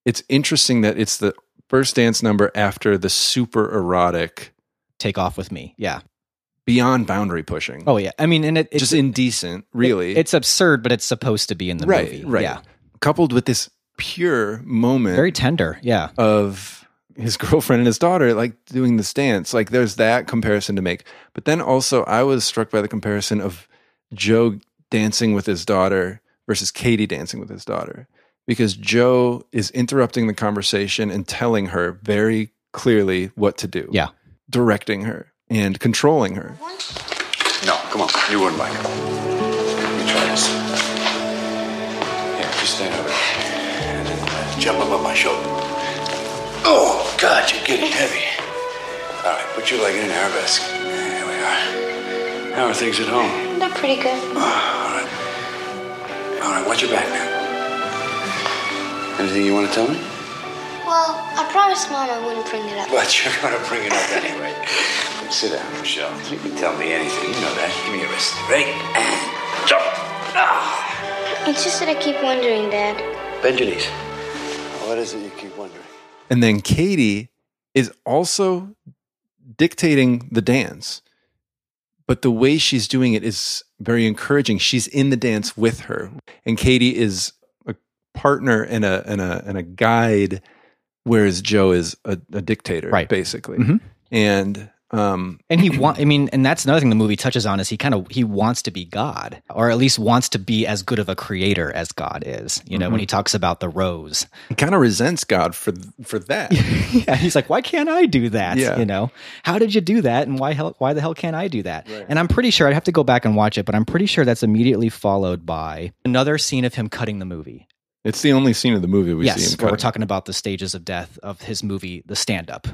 Speaker 2: it's interesting that it's the first dance number after the super erotic,
Speaker 1: Take off with me. Yeah.
Speaker 2: beyond boundary pushing.
Speaker 1: Oh yeah. I mean, and it, it's
Speaker 2: just indecent, really.
Speaker 1: It's absurd, but it's supposed to be in the
Speaker 2: right,
Speaker 1: movie.
Speaker 2: right.
Speaker 1: Yeah.
Speaker 2: Coupled with this pure moment
Speaker 1: Very tender. Yeah.
Speaker 2: of his girlfriend and his daughter like doing this dance. Like there's that comparison to make. But then also I was struck by the comparison of Joe dancing with his daughter versus Katie dancing with his daughter. Because Joe is interrupting the conversation and telling her very clearly what to do.
Speaker 1: Yeah.
Speaker 2: Directing her and controlling her.
Speaker 4: No, come on. You wouldn't like it. Let me try this. Here, you stand over there. And then jump up on my shoulder. Oh, God, you're getting heavy. All right, put your leg in an arabesque. There we are. How are things at home?
Speaker 8: They're pretty good.
Speaker 4: All right, watch your back now. Anything you want to tell me?
Speaker 8: Well, I promised Mom I wouldn't bring it up.
Speaker 4: But you're going to bring it up anyway. Sit down, Michelle. You can tell me anything. You know that. Give me a wrist. Ready? And jump. Ah.
Speaker 8: It's just that I keep wondering, Dad.
Speaker 4: Bend your knees. What is it you keep wondering?
Speaker 2: And then Katie is also dictating the dance. But the way she's doing it is very encouraging. She's in the dance with her. And Katie is a partner and a and a and a guide, whereas Joe is a, a dictator,
Speaker 1: Right.
Speaker 2: basically.
Speaker 1: Mhm.
Speaker 2: And Um,
Speaker 1: And he want I mean, and that's another thing the movie touches on is he kind of he wants to be God, or at least wants to be as good of a creator as God is. You know, when he talks about the rose.
Speaker 2: he kind of resents God for for that.
Speaker 1: yeah, he's like, why can't I do that?
Speaker 2: Yeah.
Speaker 1: You know, how did you do that, and why hell, why the hell can't I do that? And I'm pretty sure I'd have to go back and watch it, but I'm pretty sure that's immediately followed by another scene of him cutting the movie.
Speaker 2: it's the only scene of the movie we see
Speaker 1: yes, where
Speaker 2: him.
Speaker 1: we're
Speaker 2: cutting.
Speaker 1: talking about the stages of death of his movie, The Stand Up.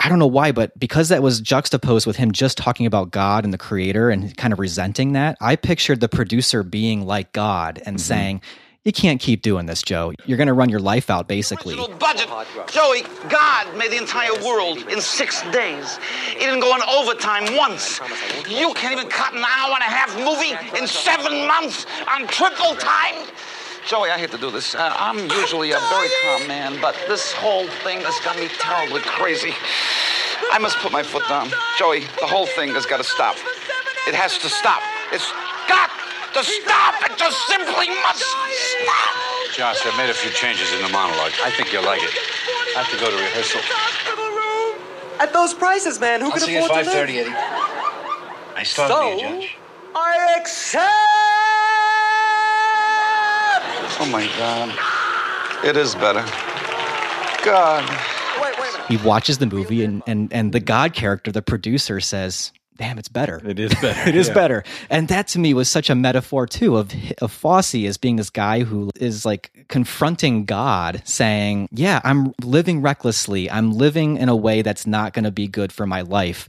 Speaker 1: I don't know why, but because that was juxtaposed with him just talking about God and the creator and kind of resenting that, I pictured the producer being like God and
Speaker 2: Mm-hmm.
Speaker 1: saying, You can't keep doing this, Joe. You're going to run your life out, basically.
Speaker 9: Original budget. Joey, God made the entire world in six days. He didn't go on overtime once. You can't even cut an hour and a half movie in seven months on triple time. Joey, I hate to do this. Uh, I'm usually a very calm man, but this whole thing has got me terribly crazy. I must put my foot down. Joey, the whole thing has got to stop. It has to stop. It's got to stop. It just simply must stop.
Speaker 7: Josh, I've made a few changes in the monologue. I think you'll like it. I have to go to rehearsal.
Speaker 3: At those prices, man, who
Speaker 7: I'll
Speaker 3: can
Speaker 7: see you at
Speaker 3: afford to
Speaker 7: 5.30,
Speaker 3: live?
Speaker 7: Eddie. Nice talking
Speaker 3: So,
Speaker 7: to you, Judge.
Speaker 3: I accept.
Speaker 9: Oh my God. It is better. God.
Speaker 3: Wait, wait a minute.
Speaker 1: He watches the movie, and, and, and the God character, the producer, says, Damn, it's better.
Speaker 2: It is better.
Speaker 1: it is
Speaker 2: yeah.
Speaker 1: better. And that to me was such a metaphor too of of Fosse as being this guy who is like confronting God, saying, "Yeah, I'm living recklessly. I'm living in a way that's not going to be good for my life,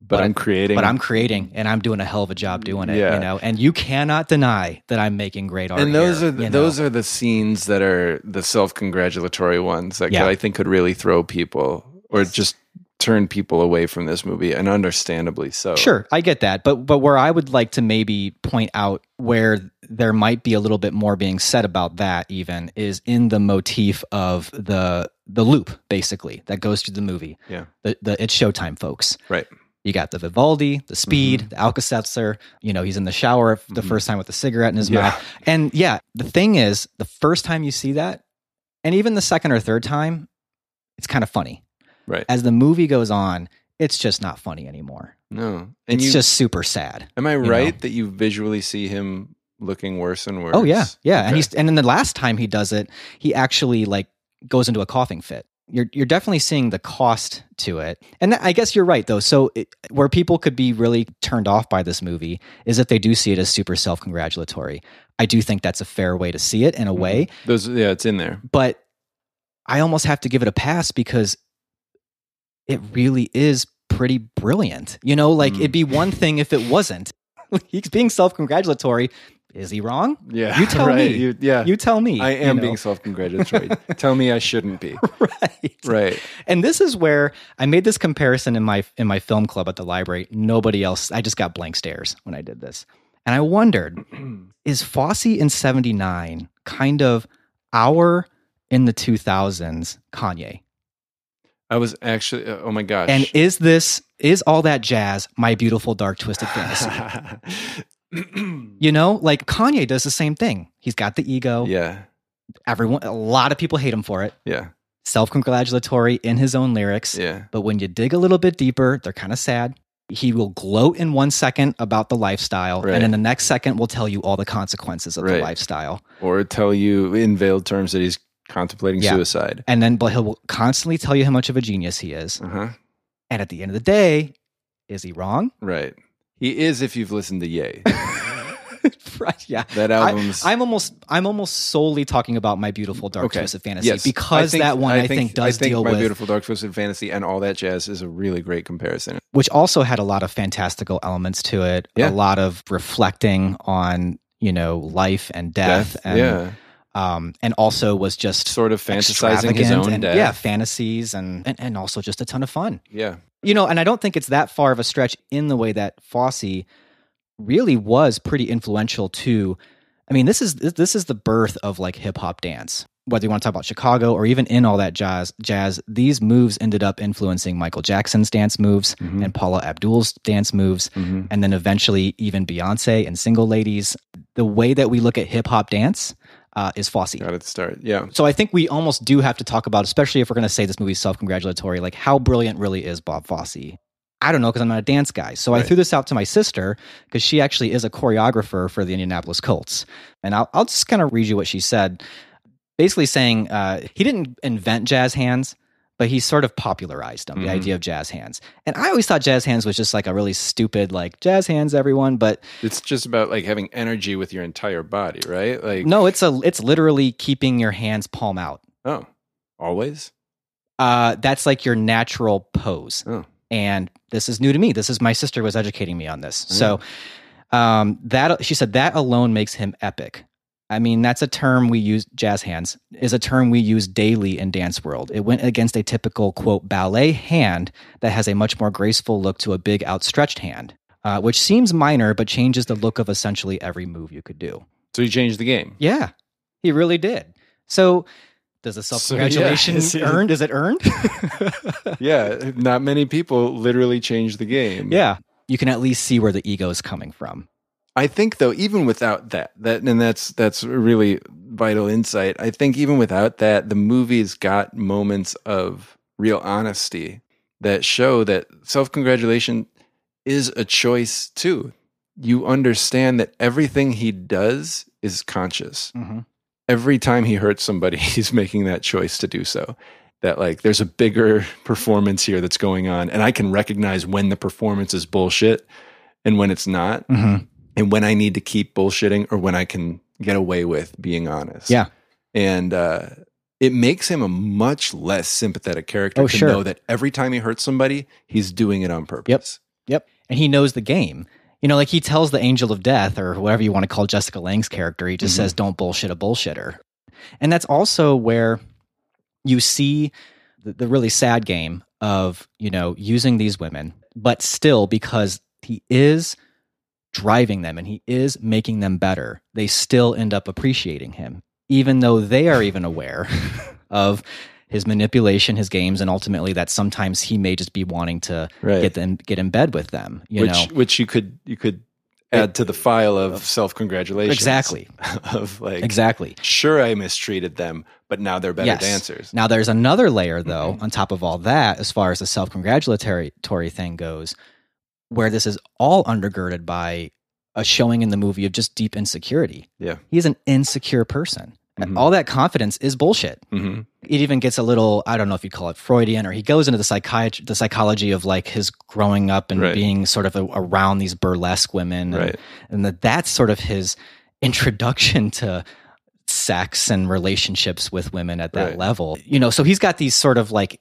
Speaker 2: But, I'm creating.
Speaker 1: but I'm creating and I'm doing a hell of a job doing it.
Speaker 2: Yeah.
Speaker 1: You know, and you cannot deny that I'm making great art.
Speaker 2: and those
Speaker 1: here,
Speaker 2: are the,
Speaker 1: you know?
Speaker 2: those are the scenes that are the self-congratulatory ones that
Speaker 1: Yeah.
Speaker 2: could, I think could really throw people or just turn people away from this movie, and understandably so.
Speaker 1: Sure, I get that, but but where I would like to maybe point out where there might be a little bit more being said about that even is in the motif of the the loop basically that goes through the movie.
Speaker 2: Yeah.
Speaker 1: The the it's showtime folks.
Speaker 2: Right.
Speaker 1: You got the Vivaldi,
Speaker 2: Mm-hmm.
Speaker 1: the Speed, the Alka-Seltzer. You know, he's in the shower the first time with a cigarette in his
Speaker 2: Yeah.
Speaker 1: mouth. And yeah, the thing is, the first time you see that, and even the second or third time, it's kind of funny.
Speaker 2: Right.
Speaker 1: As the movie goes on, it's just not funny anymore.
Speaker 2: No. And
Speaker 1: It's
Speaker 2: you
Speaker 1: just super sad.
Speaker 2: Am I
Speaker 1: know?
Speaker 2: right that you visually see him looking worse and worse?
Speaker 1: Oh yeah, yeah. And
Speaker 2: Okay.
Speaker 1: he's and then the last time he does it, he actually like goes into a coughing fit. You're you're definitely seeing the cost to it. And that, I guess you're right though. So it, where people could be really turned off by this movie is if they do see it as super self congratulatory. I do think that's a fair way to see it in a way,
Speaker 2: those. Yeah, it's in there.
Speaker 1: but I almost have to give it a pass because it really is pretty brilliant. You know, like
Speaker 2: Mm.
Speaker 1: it'd be one thing if it wasn't. He's being self congratulatory. Is he wrong?
Speaker 2: Yeah,
Speaker 1: You tell
Speaker 2: right.
Speaker 1: me.
Speaker 2: You- yeah,
Speaker 1: You tell me.
Speaker 2: I
Speaker 1: you
Speaker 2: am
Speaker 1: know?
Speaker 2: being self-congratulatory. tell me I shouldn't be.
Speaker 1: right.
Speaker 2: Right.
Speaker 1: And this is where I made this comparison in my in my film club at the library. Nobody else. I just got blank stares when I did this, and I wondered: Is Fosse in '79 kind of our in the 2000s Kanye?
Speaker 2: I was actually. uh, oh my gosh.
Speaker 1: And is this is all that jazz my beautiful dark twisted fantasy? you know, like Kanye does the same thing. He's got the ego.
Speaker 2: yeah,
Speaker 1: Everyone, a lot of people hate him for it.
Speaker 2: yeah,
Speaker 1: Self congratulatory in his own lyrics.
Speaker 2: yeah.
Speaker 1: But when you dig a little bit deeper, they're kind of sad. He will gloat in one second about the lifestyle,
Speaker 2: Right.
Speaker 1: and in the next second will tell you all the consequences of the
Speaker 2: Right.
Speaker 1: lifestyle.
Speaker 2: Or tell you in veiled terms that he's contemplating
Speaker 1: Yeah.
Speaker 2: suicide.
Speaker 1: And then, but he'll constantly tell you how much of a genius he is.
Speaker 2: Uh huh.
Speaker 1: And at the end of the day, is he wrong?
Speaker 2: Right. He is. If you've listened to Yay,
Speaker 1: right? Yeah.
Speaker 2: that album's.
Speaker 1: I, am almost, I'm almost solely talking about my beautiful dark twisted fantasy
Speaker 2: Yes.
Speaker 1: because
Speaker 2: I think-
Speaker 1: that one I, think, does
Speaker 2: I think
Speaker 1: deal
Speaker 2: My
Speaker 1: with,
Speaker 2: Beautiful Dark Twisted Fantasy and all that jazz is a really great comparison.
Speaker 1: which also had a lot of fantastical elements to it,
Speaker 2: Yeah.
Speaker 1: a lot of reflecting on you know life and death, and
Speaker 2: yeah.
Speaker 1: um, and also was just
Speaker 2: Sort of fantasizing his
Speaker 1: extravagant
Speaker 2: own
Speaker 1: and,
Speaker 2: death.
Speaker 1: yeah, fantasies, and, and and also just a ton of fun.
Speaker 2: Yeah.
Speaker 1: You know, and I don't think it's that far of a stretch in the way that Fosse really was pretty influential to. I mean, this is this is the birth of like hip hop dance. Whether you want to talk about Chicago or even in all that jazz, jazz, these moves ended up influencing Michael Jackson's dance moves and Paula Abdul's dance moves, and then eventually even Beyonce and Single Ladies. The way that we look at hip hop dance uh, is Fosse.
Speaker 2: Got it start. Yeah.
Speaker 1: So I think we almost do have to talk about, especially if we're going to say this movie's self-congratulatory, like how brilliant really is Bob Fosse. I don't know because I'm not a dance guy. So I threw this out to my sister because she actually is a choreographer for the Indianapolis Colts. And I'll, I'll just kind of read you what she said. Basically, saying uh, he didn't invent jazz hands, but he sort of popularized them, the idea of jazz hands. And I always thought jazz hands was just like a really stupid, like jazz hands, everyone. But
Speaker 2: It's just about like having energy with your entire body, right? Like,
Speaker 1: no, it's a it's literally keeping your hands palm out.
Speaker 2: oh, always?
Speaker 1: uh, that's like your natural pose.
Speaker 2: Oh.
Speaker 1: And this is new to me. This is my sister was educating me on this.
Speaker 2: Oh,
Speaker 1: So um, that she said that alone makes him epic. I mean, that's a term we use. Jazz hands is a term we use daily in dance world. It went against a typical quote ballet hand that has a much more graceful look to a big outstretched hand, uh, which seems minor but changes the look of essentially every move you could do.
Speaker 2: So you changed the game.
Speaker 1: Yeah, he really did. So, does the self
Speaker 2: So,
Speaker 1: congratulation
Speaker 2: yeah, it's-
Speaker 1: earned? Is it earned?
Speaker 2: Yeah, not many people literally change the game.
Speaker 1: Yeah. You can at least see where the ego is coming from.
Speaker 2: I think though, even without that, that and that's that's a really vital insight. I think even without that, the movie's got moments of real honesty that show that self-congratulation is a choice too. You understand that everything he does is conscious. Every time he hurts somebody, he's making that choice to do so. That like there's a bigger performance here that's going on, and I can recognize when the performance is bullshit and when it's not and when I need to keep bullshitting or when I can get away with being honest.
Speaker 1: Yeah.
Speaker 2: And uh, it makes him a much less sympathetic character
Speaker 1: Oh,
Speaker 2: to
Speaker 1: sure.
Speaker 2: know that every time he hurts somebody, he's doing it on purpose.
Speaker 1: Yep. And he knows the game. You know, like he tells the angel of death or whatever you want to call Jessica Lang's character, he
Speaker 2: Mm-hmm.
Speaker 1: just says, don't bullshit a bullshitter. And that's also where you see the, the really sad game of, you know, using these women, but still because he is driving them and he is making them better, they still end up appreciating him, even though they are even aware of his manipulation, his games, and ultimately that sometimes he may just be wanting to
Speaker 2: Right.
Speaker 1: get them get in bed with them. You
Speaker 2: Which
Speaker 1: know
Speaker 2: which you could you could add to the file of self congratulations.
Speaker 1: exactly,
Speaker 2: Of like
Speaker 1: exactly.
Speaker 2: sure I mistreated them, but now they're better dancers. Mm-hmm.
Speaker 1: Now there's another layer though on top of all that as far as the self-congratulatory tory thing goes where this is all undergirded by a showing in the movie of just deep insecurity.
Speaker 2: Yeah. Mm-hmm.
Speaker 1: He's an insecure person. And all that confidence is bullshit.
Speaker 2: Mhm.
Speaker 1: It even gets a little I don't know if you'd call it Freudian or he goes into the psychiatry the psychology of like his growing up and
Speaker 2: Right.
Speaker 1: being sort of a, around these burlesque women and,
Speaker 2: Right.
Speaker 1: and that that's sort of his introduction to sex and relationships with women at that
Speaker 2: Right.
Speaker 1: level. You know, so he's got these sort of like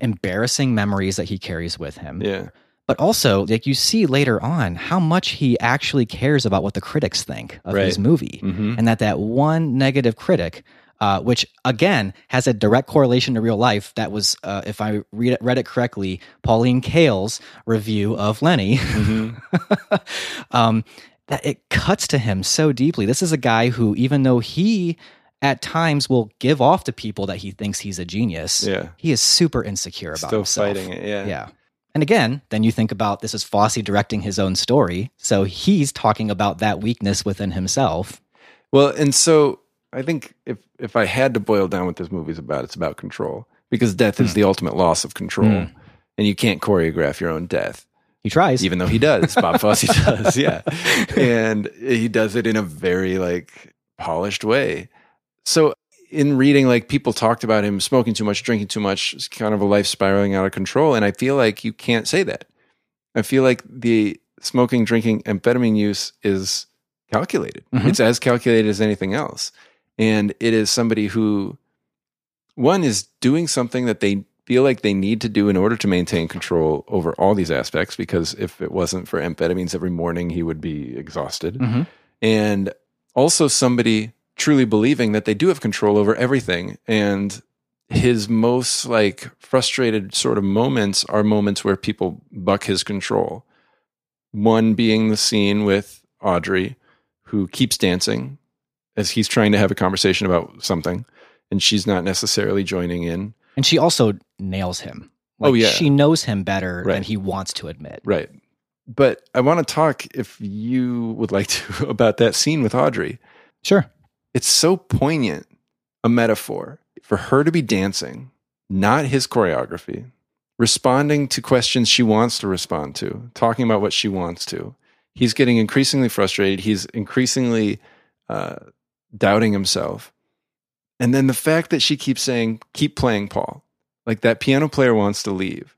Speaker 1: embarrassing memories that he carries with him.
Speaker 2: Yeah.
Speaker 1: But also, like you see later on, how much he actually cares about what the critics think of his
Speaker 2: Right.
Speaker 1: movie,
Speaker 2: Mhm.
Speaker 1: and that that one negative critic. Uh, which again has a direct correlation to real life. That was, uh, if I read it, read it correctly, Pauline Kael's review of Lenny.
Speaker 2: Mm-hmm.
Speaker 1: um, that it cuts to him so deeply. This is a guy who, even though he at times will give off to people that he thinks he's a genius,
Speaker 2: Yeah.
Speaker 1: he is super insecure about
Speaker 2: Still
Speaker 1: himself.
Speaker 2: fighting it, yeah.
Speaker 1: Yeah. And again, then you think about this is Fosse directing his own story. So he's talking about that weakness within himself.
Speaker 2: Well, and so I think if if I had to boil down what this movie's about, it's about control because death is the ultimate loss of control, and you can't choreograph your own death.
Speaker 1: He tries.
Speaker 2: Even though he does, Bob Fosse does, yeah, and he does it in a very like polished way. So in reading, like people talked about him smoking too much, drinking too much, it's kind of a life spiraling out of control, and I feel like you can't say that. I feel like the smoking, drinking, amphetamine use is calculated. It's as calculated as anything else. And it is somebody who, one, is doing something that they feel like they need to do in order to maintain control over all these aspects, because if it wasn't for amphetamines every morning, he would be exhausted. And also somebody truly believing that they do have control over everything. And his most like frustrated sort of moments are moments where people buck his control. One being the scene with Audrey, who keeps dancing as he's trying to have a conversation about something, and she's not necessarily joining in.
Speaker 1: and she also nails him.
Speaker 2: Oh, yeah.
Speaker 1: She knows him better than
Speaker 2: Right.
Speaker 1: he wants to admit.
Speaker 2: Right. But I want to talk, if you would like to, about that scene with Audrey.
Speaker 1: Sure.
Speaker 2: It's so poignant a metaphor for her to be dancing, not his choreography, responding to questions she wants to respond to, talking about what she wants to. He's getting increasingly frustrated. He's increasingly uh, doubting himself. And then the fact that she keeps saying, keep playing, Paul, like that piano player wants to leave.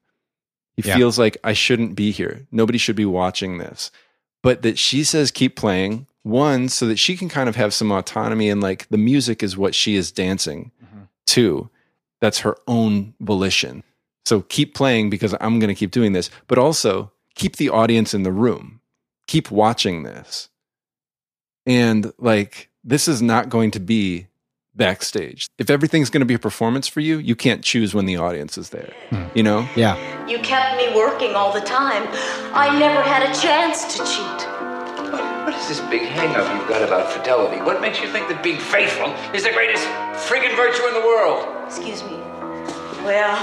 Speaker 2: He
Speaker 1: Yeah.
Speaker 2: feels like I shouldn't be here. Nobody should be watching this. But that she says, keep playing, one, so that she can kind of have some autonomy and like the music is what she is dancing to. That's her own volition. So keep playing because I'm going to keep doing this, but also keep the audience in the room. Keep watching this. And like, this is not going to be backstage. If everything's going to be a performance for you, you can't choose when the audience is there, you know?
Speaker 1: Yeah.
Speaker 10: You kept me working all the time. I never had a chance to cheat.
Speaker 9: What, what is this big hang up you've got about fidelity? What makes you think that being faithful is the greatest friggin' virtue in the world?
Speaker 10: Excuse me. Well,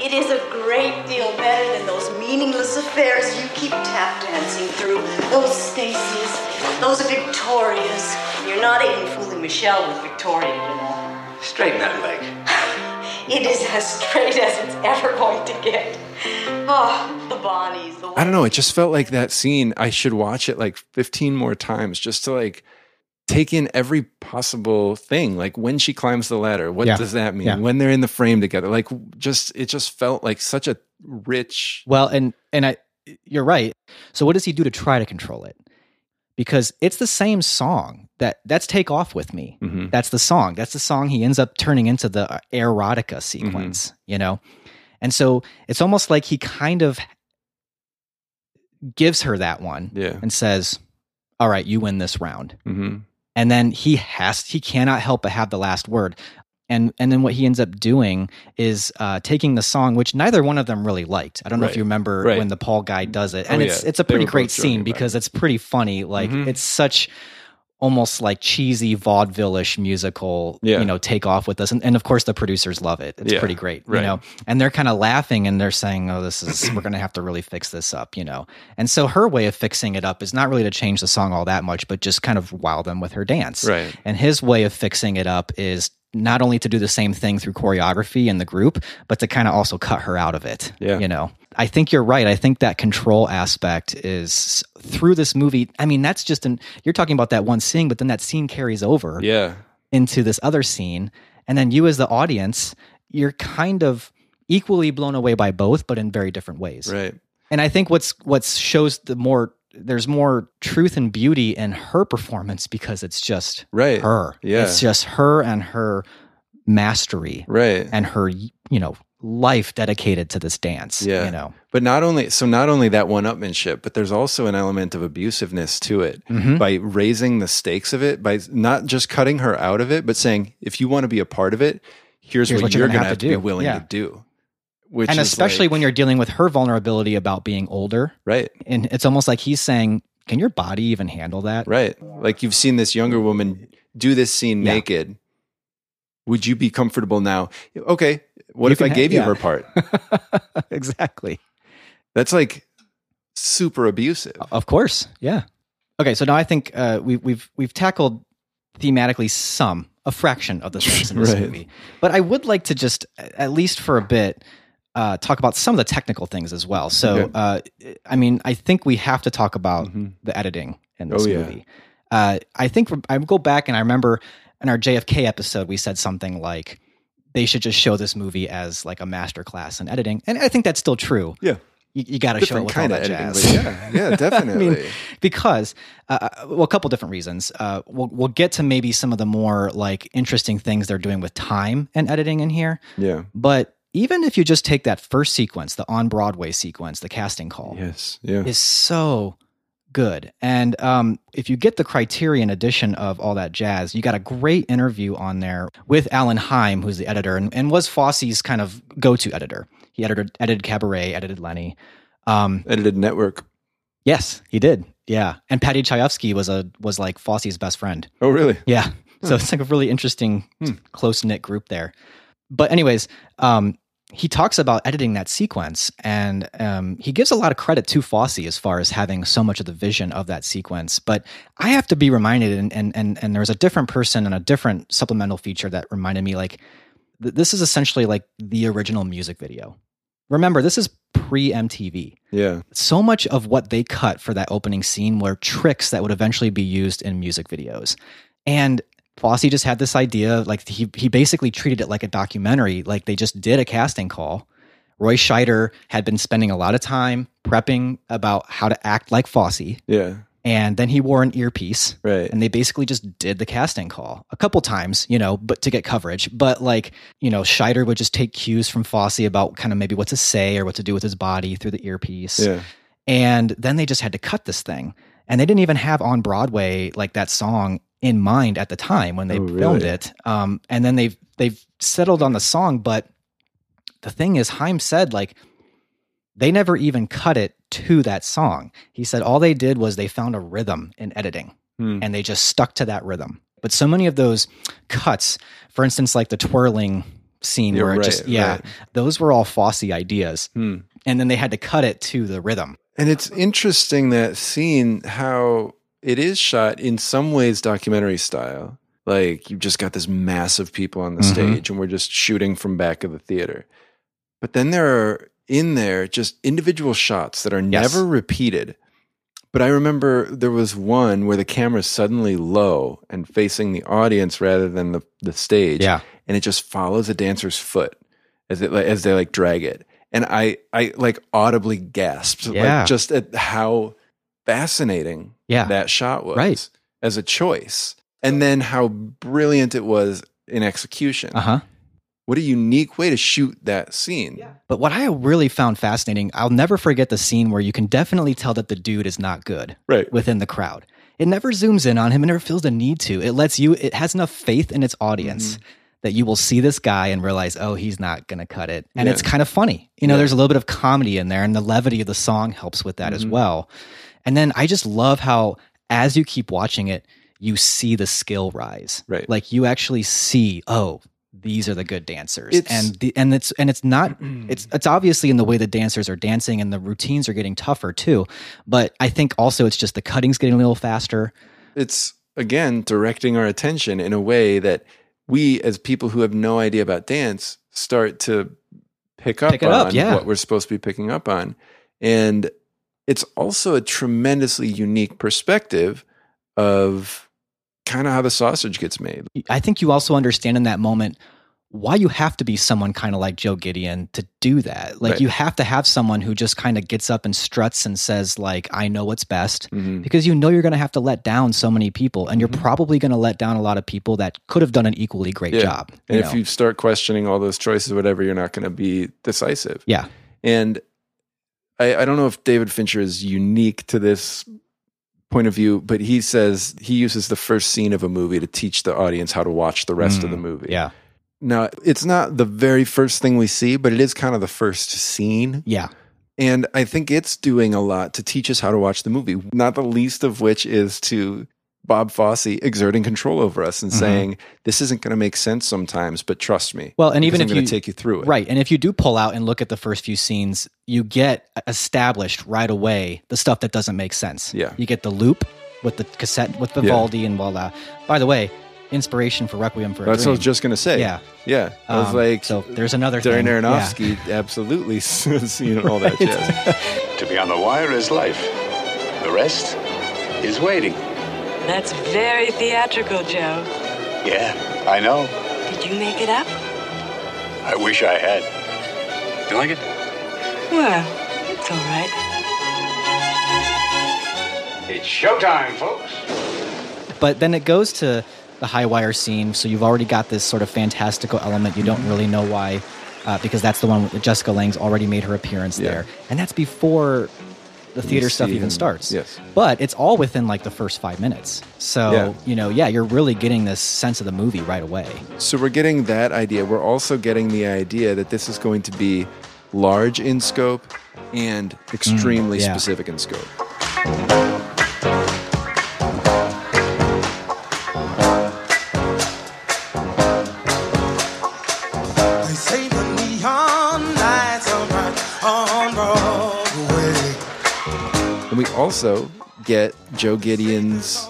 Speaker 10: it is a great deal better than those meaningless affairs you keep tap dancing through. Those Stacy's, those Victorias. You're not even fooling Michelle with Victoria, you know.
Speaker 9: Straighten that leg.
Speaker 10: It is as straight as it's ever going to get. Oh, the Bonnies, the
Speaker 2: I don't know. It just felt like that scene. I should watch it like 15 more times just to like take in every possible thing. Like when she climbs the ladder, what
Speaker 1: Yeah.
Speaker 2: does that mean?
Speaker 1: Yeah.
Speaker 2: When they're in the frame together, like just, it just felt like such a rich.
Speaker 1: Well, and and I you're right. So what does he do to try to control it? Because it's the same song that that's take off with me.
Speaker 2: Mhm.
Speaker 1: That's the song. That's the song he ends up turning into the uh, erotica sequence, you know? And so it's almost like he kind of gives her that one
Speaker 2: Yeah.
Speaker 1: and says, "All right, you win this round."
Speaker 2: Mm-hmm.
Speaker 1: and then he has he cannot help but have the last word and and then what he ends up doing is uh, taking the song which neither one of them really liked i don't know if
Speaker 2: Right.
Speaker 1: you remember
Speaker 2: Right.
Speaker 1: when the paul guy does it and
Speaker 2: Oh,
Speaker 1: it's
Speaker 2: yeah.
Speaker 1: it's a
Speaker 2: They
Speaker 1: pretty
Speaker 2: were both
Speaker 1: great
Speaker 2: joking
Speaker 1: scene
Speaker 2: about Mm-hmm.
Speaker 1: because it's pretty funny like it's such almost like cheesy vaudeville-ish musical
Speaker 2: Yeah.
Speaker 1: you know take off with us and, and of course the producers love it it's
Speaker 2: Yeah.
Speaker 1: pretty great
Speaker 2: Right.
Speaker 1: you know and they're kind of laughing and they're saying oh this is we're gonna have to really fix this up you know and so her way of fixing it up is not really to change the song all that much but just kind of wow them with her dance
Speaker 2: Right.
Speaker 1: and his way of fixing it up is not only to do the same thing through choreography in the group, but to kind of also cut her out of it.
Speaker 2: Yeah.
Speaker 1: You know, I think you're right. I think that control aspect is through this movie. I mean, that's just an, you're talking about that one scene, but then that scene carries over
Speaker 2: Yeah.
Speaker 1: into this other scene. And then you, as the audience, you're kind of equally blown away by both, but in very different ways.
Speaker 2: Right.
Speaker 1: And I think what's what shows the more there's more truth and beauty in her performance because it's just
Speaker 2: Right.
Speaker 1: her.
Speaker 2: Yeah.
Speaker 1: It's just her and her mastery
Speaker 2: Right.
Speaker 1: and her, you know, life dedicated to this dance.
Speaker 2: Yeah.
Speaker 1: You know.
Speaker 2: But not only so not only that one upmanship, but there's also an element of abusiveness to it
Speaker 1: Mm-hmm.
Speaker 2: by raising the stakes of it, by not just cutting her out of it, but saying, if you want to be a part of it, here's, what, you're gonna have, to, be
Speaker 1: do.
Speaker 2: willing
Speaker 1: Yeah.
Speaker 2: to do. Which
Speaker 1: and
Speaker 2: is
Speaker 1: especially
Speaker 2: like-
Speaker 1: when you're dealing with her vulnerability about being older.
Speaker 2: right,
Speaker 1: And it's almost like he's saying, Can your body even handle that?
Speaker 2: right. Like you've seen this younger woman do this scene
Speaker 1: Yeah.
Speaker 2: naked. Would you be comfortable now? Okay, what
Speaker 1: You
Speaker 2: if I
Speaker 1: can ha-
Speaker 2: gave you
Speaker 1: yeah.
Speaker 2: her part?
Speaker 1: exactly.
Speaker 2: That's like super abusive.
Speaker 1: Of course, yeah. Okay, so now I think uh, we, we've we've tackled thematically some a fraction of the things in this
Speaker 2: Right.
Speaker 1: movie, but I would like to just a- at least for a bit uh, talk about some of the technical things as well. So,
Speaker 2: Okay.
Speaker 1: uh, I mean, I think we have to talk about
Speaker 2: Mhm.
Speaker 1: the editing in this
Speaker 2: Oh, yeah.
Speaker 1: movie. Uh, I think I go back and I remember in our JFK episode we said something like they should just show this movie as like a master class in editing, and I think that's still true.
Speaker 2: Yeah.
Speaker 1: You, you got to show it
Speaker 2: Different
Speaker 1: with
Speaker 2: kind
Speaker 1: all
Speaker 2: of
Speaker 1: that
Speaker 2: editing,
Speaker 1: jazz
Speaker 2: but yeah, yeah, definitely.
Speaker 1: because uh, uh, well a couple different reasons uh, we'll, we'll get to maybe some of the more like interesting things they're doing with time and editing in here
Speaker 2: yeah.
Speaker 1: but even if you just take that first sequence the on broadway sequence the casting call
Speaker 2: Yes. Yeah.
Speaker 1: is so good and um, if you get the criterion edition of all that jazz you got a great interview on there with alan heim who's the editor and, and was fosse's kind of go-to editor he edited, edited cabaret edited lenny um,
Speaker 2: Edited network.
Speaker 1: Yes, he did. Yeah, and Patty Chayefsky was a was like Fosse's best friend.
Speaker 2: Oh, really?
Speaker 1: Yeah, so it's like a really interesting, close knit group there. But anyways, um, he talks about editing that sequence, and um, he gives a lot of credit to Fosse as far as having so much of the vision of that sequence. But I have to be reminded, and and and, and there was a different person and a different supplemental feature that reminded me, like th- this is essentially like the original music video Remember, this is pre MTV.
Speaker 2: Yeah.
Speaker 1: So much of what they cut for that opening scene were tricks that would eventually be used in music videos. And Fosse just had this idea, like he he basically treated it like a documentary, like they just did a casting call. Roy Scheider had been spending a lot of time prepping about how to act like Fosse.
Speaker 2: Yeah.
Speaker 1: And then he wore an earpiece.
Speaker 2: Right.
Speaker 1: And they basically just did the casting call a couple times, you know, but to get coverage. But like, you know, Scheider would just take cues from Fosse about kind of maybe what to say or what to do with his body through the earpiece.
Speaker 2: Yeah.
Speaker 1: And then they just had to cut this thing. And they didn't even have on Broadway like that song in mind at the time when they
Speaker 2: Oh,
Speaker 1: filmed
Speaker 2: really?
Speaker 1: it. Um, and then they've they've settled on the song, but the thing is, Heim said like they never even cut it to that song. He said all they did was they found a rhythm in editing
Speaker 2: Hmm.
Speaker 1: and they just stuck to that rhythm. But so many of those cuts, for instance, like the twirling scene
Speaker 2: Yeah,
Speaker 1: where it
Speaker 2: right,
Speaker 1: just yeah,
Speaker 2: right.
Speaker 1: those were all Fosse ideas.
Speaker 2: Hmm.
Speaker 1: And then they had to cut it to the rhythm.
Speaker 2: And it's interesting that scene how it is shot in some ways documentary style. Like you've just got this mass of people on the
Speaker 1: Mhm.
Speaker 2: stage and we're just shooting from back of the theater. But then there are in there just individual shots that are
Speaker 1: Yes.
Speaker 2: never repeated. But I remember there was one where the camera's suddenly low and facing the audience rather than the, the stage.
Speaker 1: Yeah.
Speaker 2: And it just follows the dancer's foot as it as they like drag it. And I I like audibly gasped
Speaker 1: Yeah.
Speaker 2: like just at how fascinating
Speaker 1: Yeah.
Speaker 2: that shot was
Speaker 1: Right.
Speaker 2: as a choice. And then how brilliant it was in execution.
Speaker 1: Uh huh.
Speaker 2: What a unique way to shoot that scene.
Speaker 1: But what I really found fascinating, I'll never forget the scene where you can definitely tell that the dude is not good
Speaker 2: Right.
Speaker 1: within the crowd. It never zooms in on him, it never feels the need to. It lets you, it has enough faith in its audience
Speaker 2: Mm-hmm.
Speaker 1: that you will see this guy and realize, oh, he's not going to cut it. And
Speaker 2: Yeah.
Speaker 1: it's kind of funny. You know,
Speaker 2: Yeah.
Speaker 1: there's a little bit of comedy in there, and the levity of the song helps with that as
Speaker 2: Mm-hmm.
Speaker 1: well. And then I just love how, as you keep watching it, you see the skill rise.
Speaker 2: Right.
Speaker 1: Like you actually see, oh, these are the good dancers.
Speaker 2: It's-
Speaker 1: and the and it's and it's not it's it's obviously in the way the dancers are dancing and the routines are getting tougher too. But I think also it's just the cutting's getting a little faster.
Speaker 2: it's again directing our attention in a way that we as people who have no idea about dance start to pick up
Speaker 1: Pick it
Speaker 2: on
Speaker 1: up, yeah.
Speaker 2: what we're supposed to be picking up on and it's also a tremendously unique perspective of kind of how the sausage gets made
Speaker 1: I think you also understand in that moment why you have to be someone kind of like Joe Gideon to do that. Like
Speaker 2: Right.
Speaker 1: you have to have someone who just kind of gets up and struts and says like I know what's best
Speaker 2: Mhm.
Speaker 1: because you know you're going to have to let down so many people and you're
Speaker 2: Mm-hmm.
Speaker 1: probably going to let down a lot of people that could have done an equally great
Speaker 2: Yeah.
Speaker 1: job.
Speaker 2: and
Speaker 1: you
Speaker 2: if
Speaker 1: know?
Speaker 2: you start questioning all those choices whatever you're not going to be decisive
Speaker 1: yeah.
Speaker 2: And I, I don't know if David Fincher is unique to this point of view, but he says he uses the first scene of a movie to teach the audience how to watch the rest of the movie.
Speaker 1: Mm, Yeah.
Speaker 2: Now, it's not the very first thing we see, but it is kind of the first scene.
Speaker 1: Yeah.
Speaker 2: And I think it's doing a lot to teach us how to watch the movie, not the least of which is to Bob Fosse exerting control over us
Speaker 1: Mm-hmm.
Speaker 2: and saying, This isn't going to make sense sometimes, but trust me.
Speaker 1: Well, and even
Speaker 2: because
Speaker 1: if
Speaker 2: I'm going
Speaker 1: you-
Speaker 2: to take you through it.
Speaker 1: Right. And if you do pull out and look at the first few scenes, you get e-, established right away the stuff that doesn't make sense.
Speaker 2: Yeah.
Speaker 1: You get the loop with the cassette with Vivaldi and voila. By the way, inspiration for Requiem for a
Speaker 2: That's what I
Speaker 1: Dream.
Speaker 2: was just going to say.
Speaker 1: Yeah.
Speaker 2: Yeah. I was
Speaker 1: Um,
Speaker 2: like,
Speaker 1: so there's another
Speaker 2: Darren
Speaker 1: thing. Yeah.
Speaker 2: Aronofsky absolutely has seen all that jazz.
Speaker 7: To be on the wire is life. The rest is waiting.
Speaker 11: That's very theatrical, Joe.
Speaker 7: Yeah, I know.
Speaker 11: Did you make it up?
Speaker 7: I wish I had. You like it?
Speaker 11: Well, it's all right.
Speaker 7: It's showtime, folks.
Speaker 1: But then it goes to the high wire scene. So you've already got this sort of fantastical element. You
Speaker 2: Mm-hmm.
Speaker 1: don't really know why, uh, because that's the one where Jessica Lang's already made her appearance
Speaker 2: Yeah.
Speaker 1: there. And that's before the theater stuff
Speaker 2: see
Speaker 1: even
Speaker 2: him.
Speaker 1: starts.
Speaker 2: Yes.
Speaker 1: But it's all within like the first five minutes. So,
Speaker 2: Yeah.
Speaker 1: you know, yeah, you're really getting this sense of the movie right away.
Speaker 2: So we're getting that idea. We're also getting the idea that this is going to be large in scope and extremely
Speaker 1: Mm, yeah.
Speaker 2: specific in scope.
Speaker 12: They say the neon lights are bright on Broadway.
Speaker 2: And we also get Joe Gideon's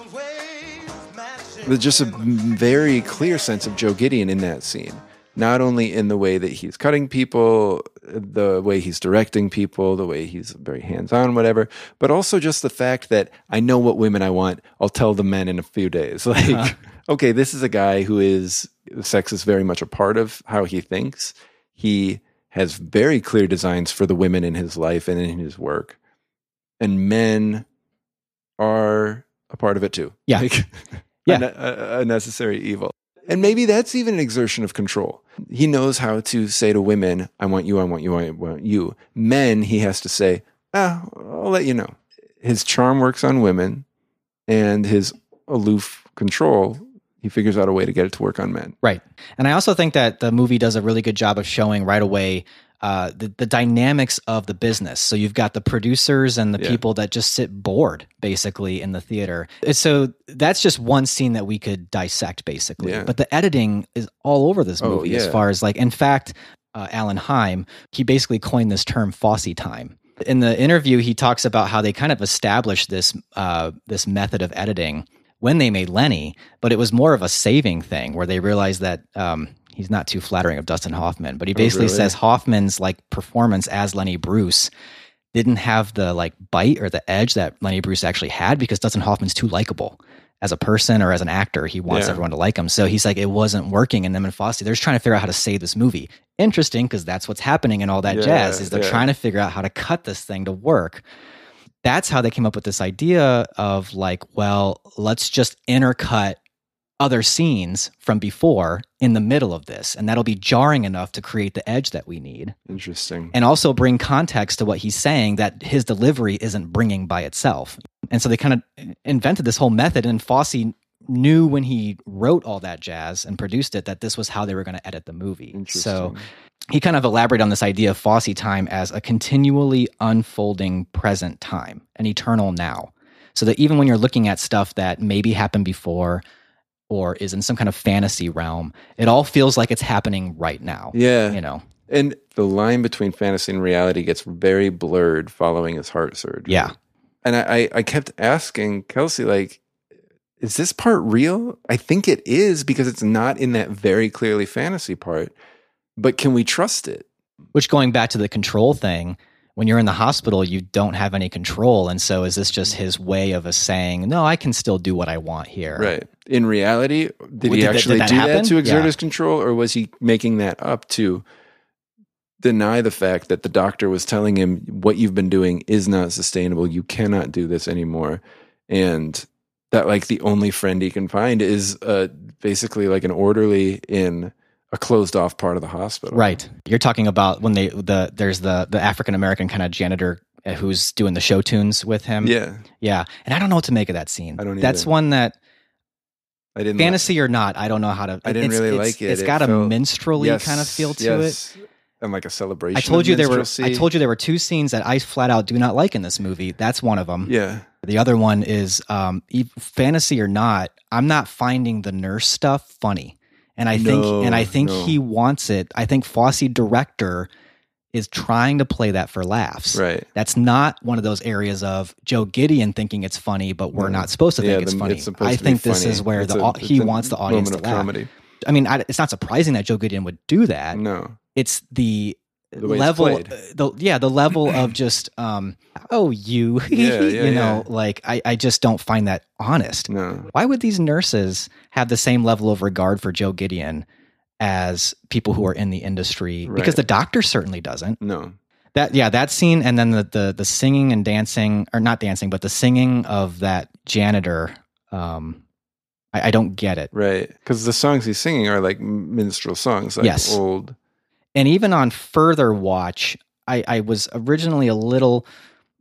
Speaker 2: there's just a very clear sense of Joe Gideon in that scene. Not only in the way that he's cutting people, the way he's directing people, the way he's very hands on, whatever, but also just the fact that I know what women I want. I'll tell the men in a few days. Like,
Speaker 1: Uh-huh.
Speaker 2: okay, this is a guy who is sex is very much a part of how he thinks. He has very clear designs for the women in his life and in his work, and men are a part of it too.
Speaker 1: Yeah.
Speaker 2: Like,
Speaker 1: Yeah.
Speaker 2: a- a, a necessary evil. And maybe that's even an exertion of control. He knows how to say to women, I want you, I want you, I want you. Men, he has to say, ah, I'll let you know. His charm works on women and his aloof control, he figures out a way to get it to work on men.
Speaker 1: Right. And I also think that the movie does a really good job of showing right away uh, the, the dynamics of the business. So you've got the producers and the
Speaker 2: Yeah.
Speaker 1: people that just sit bored basically in the theater. And So that's just one scene that we could dissect basically.
Speaker 2: Yeah.
Speaker 1: But the editing is all over this
Speaker 2: Oh,
Speaker 1: movie as
Speaker 2: yeah.
Speaker 1: far as like, in fact, uh, Alan Heim, he basically coined this term Fosse time. In the interview, he talks about how they kind of established this uh, this method of editing when they made Lenny, but it was more of a saving thing where they realized that um, he's not too flattering of Dustin Hoffman, but he basically
Speaker 2: really?
Speaker 1: says Hoffman's like performance as Lenny Bruce didn't have the like bite or the edge that Lenny Bruce actually had because Dustin Hoffman's too likable as a person or as an actor. He wants
Speaker 2: Yeah.
Speaker 1: everyone to like him. So he's like, it wasn't working. And them and Fosse, they're just trying to figure out how to save this movie. Interesting because that's what's happening in all that
Speaker 2: Yeah,
Speaker 1: jazz is they're
Speaker 2: yeah.
Speaker 1: trying to figure out how to cut this thing to work. That's how they came up with this idea of like, well, let's just intercut other scenes from before in the middle of this. And that'll be jarring enough to create the edge that we need
Speaker 2: Interesting.
Speaker 1: and also bring context to what he's saying that his delivery isn't bringing by itself. And so they kind of invented this whole method, and Fosse knew when he wrote all that jazz and produced it that this was how they were going to edit the movie. So he kind of elaborated on this idea of Fosse time as a continually unfolding present time, an eternal now. So that even when you're looking at stuff that maybe happened before or is in some kind of fantasy realm, it all feels like it's happening right now.
Speaker 2: Yeah.
Speaker 1: You know?
Speaker 2: And the line between fantasy and reality gets very blurred following his heart surgery.
Speaker 1: Yeah.
Speaker 2: And I, I, I kept asking Kelsey, like, is this part real? I think it is because it's not in that very clearly fantasy part. But can we trust it?
Speaker 1: Which going back to the control thing, when you're in the hospital, you don't have any control. And so is this just his way of us saying, no, I can still do what I want here?
Speaker 2: Right. In reality, did
Speaker 1: Well,
Speaker 2: he
Speaker 1: did that- did
Speaker 2: actually
Speaker 1: that
Speaker 2: do
Speaker 1: happen?
Speaker 2: that to exert
Speaker 1: Yeah.
Speaker 2: his control, or was he making that up to deny the fact that the doctor was telling him what you've been doing is not sustainable? You cannot do this anymore, and that like the only friend he can find is uh, basically like an orderly in a closed off part of the hospital.
Speaker 1: Right. You're talking about when they the there's the the African American kind of janitor uh, who's doing the show tunes with him.
Speaker 2: Yeah,
Speaker 1: Yeah. And I don't know what to make of that scene.
Speaker 2: I don't
Speaker 1: That's
Speaker 2: either.
Speaker 1: one that
Speaker 2: I didn't.
Speaker 1: fantasy or not, I don't know how to
Speaker 2: I didn't
Speaker 1: it's-
Speaker 2: really
Speaker 1: it's-
Speaker 2: like it.
Speaker 1: It's
Speaker 2: It
Speaker 1: got a
Speaker 2: felt-
Speaker 1: minstrelly kind of feel to it.
Speaker 2: it, and like a celebration.
Speaker 1: I told
Speaker 2: of
Speaker 1: you there were I
Speaker 2: minstrelsy.
Speaker 1: told you there were two scenes that I flat out do not like in this movie. That's one of them.
Speaker 2: Yeah.
Speaker 1: The other one is um, e- fantasy or not. I'm not finding the nurse stuff funny, and I
Speaker 2: No,
Speaker 1: think and I think
Speaker 2: no.
Speaker 1: he wants it. I think Fosse director is trying to play that for laughs.
Speaker 2: Right.
Speaker 1: That's not one of those areas of Joe Gideon thinking it's funny, but we're not supposed to think
Speaker 2: Yeah,
Speaker 1: it's
Speaker 2: the-
Speaker 1: funny.
Speaker 2: supposed
Speaker 1: I
Speaker 2: to be
Speaker 1: think this
Speaker 2: funny.
Speaker 1: is where
Speaker 2: It's
Speaker 1: the
Speaker 2: a-
Speaker 1: au- he
Speaker 2: it's a
Speaker 1: wants the audience to
Speaker 2: moment
Speaker 1: laugh.
Speaker 2: of comedy.
Speaker 1: I mean, I, it's not surprising that Joe Gideon would do that
Speaker 2: No,
Speaker 1: it's the,
Speaker 2: The way it's
Speaker 1: level uh,
Speaker 2: played.
Speaker 1: the yeah the level of just um oh you
Speaker 2: Yeah, yeah,
Speaker 1: you know
Speaker 2: yeah.
Speaker 1: like I, I just don't find that honest
Speaker 2: no.
Speaker 1: why would these nurses have the same level of regard for joe gideon as people who are in the industry because
Speaker 2: Right.
Speaker 1: the doctor certainly doesn't
Speaker 2: No.
Speaker 1: that yeah that scene and then the the, the singing and dancing or not dancing but the singing of that janitor um i, I don't get it
Speaker 2: Right. Because the songs he's singing are like minstrel songs, like
Speaker 1: Yes.
Speaker 2: old.
Speaker 1: and even on further watch, I, I was originally a little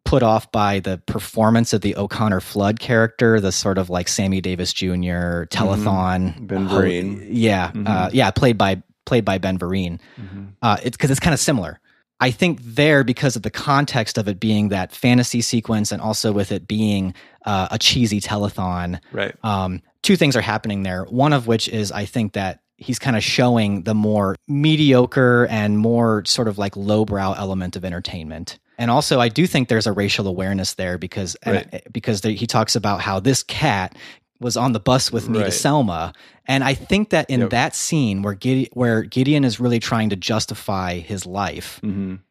Speaker 1: put off by the performance of the O'Connor Flood character, the sort of like Sammy Davis Jr. telethon
Speaker 2: Mm-hmm. Ben
Speaker 1: ho-
Speaker 2: Vereen.
Speaker 1: yeah, uh,
Speaker 2: Mhm.
Speaker 1: yeah, played by played by Ben Vereen.
Speaker 2: Mm-hmm.
Speaker 1: Uh, it's because it's kind of similar. I think there because of the context of it being that fantasy sequence, and also with it being uh, a cheesy telethon.
Speaker 2: Right.
Speaker 1: Um, two things are happening there. One of which is I think that he's kind of showing the more mediocre and more sort of like lowbrow element of entertainment. And also, I do think there's a racial awareness there because and- because there, he talks about how this cat was on the bus with me to
Speaker 2: Right.
Speaker 1: Selma, and I think that in
Speaker 2: Yep.
Speaker 1: that scene where Gide- where Gideon is really trying to justify his life,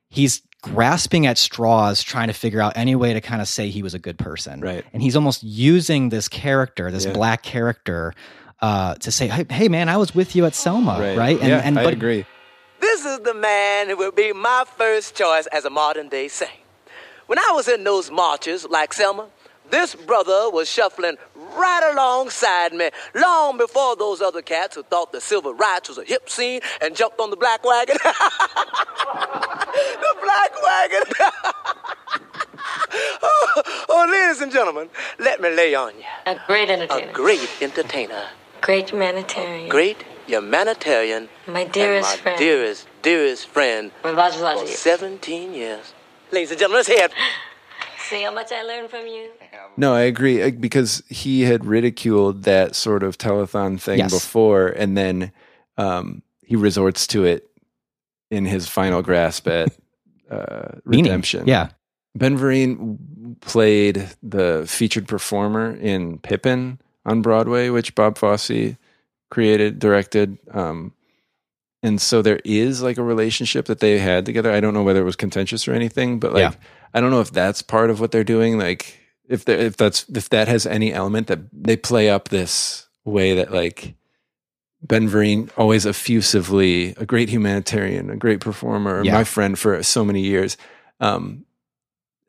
Speaker 1: he's grasping at straws trying to figure out any way to kind of say he was a good person right and he's almost using this character this
Speaker 2: Yeah.
Speaker 1: black character uh, to say hey, hey man i was with you at selma right, and,
Speaker 2: yeah,
Speaker 1: and
Speaker 2: I
Speaker 1: but
Speaker 2: agree.
Speaker 13: This is the man who would be my first choice as a modern day saint. When I was in those marches, like Selma, this brother was shuffling right alongside me long before those other cats who thought the civil rights was a hip scene and jumped on the black wagon. the black wagon. oh, oh, ladies and gentlemen, let me lay on you. A great entertainer. A great entertainer.
Speaker 14: Great humanitarian.
Speaker 13: Great humanitarian.
Speaker 14: My dearest
Speaker 13: and my
Speaker 14: friend.
Speaker 13: Dearest, dearest friend. For 17 years. Ladies and gentlemen, let's hear it.
Speaker 14: See how much I learned from you?
Speaker 2: No, I agree uh, because he had ridiculed that sort of telethon thing
Speaker 1: Yes.
Speaker 2: before, and then um, he resorts to it in his final grasp at uh,
Speaker 1: Meaning,
Speaker 2: redemption.
Speaker 1: yeah.
Speaker 2: Ben Vereen played the featured performer in Pippin on Broadway, which Bob Fosse created, directed. Um, and so there is like a relationship that they had together. I don't know whether it was contentious or anything, but like
Speaker 1: Yeah.
Speaker 2: I don't know if that's part of what they're doing. Like if they if that's if that has any element that they play up this way that like Ben Vereen always effusively a great humanitarian, a great performer,
Speaker 1: Yeah.
Speaker 2: my friend for so many years. Um,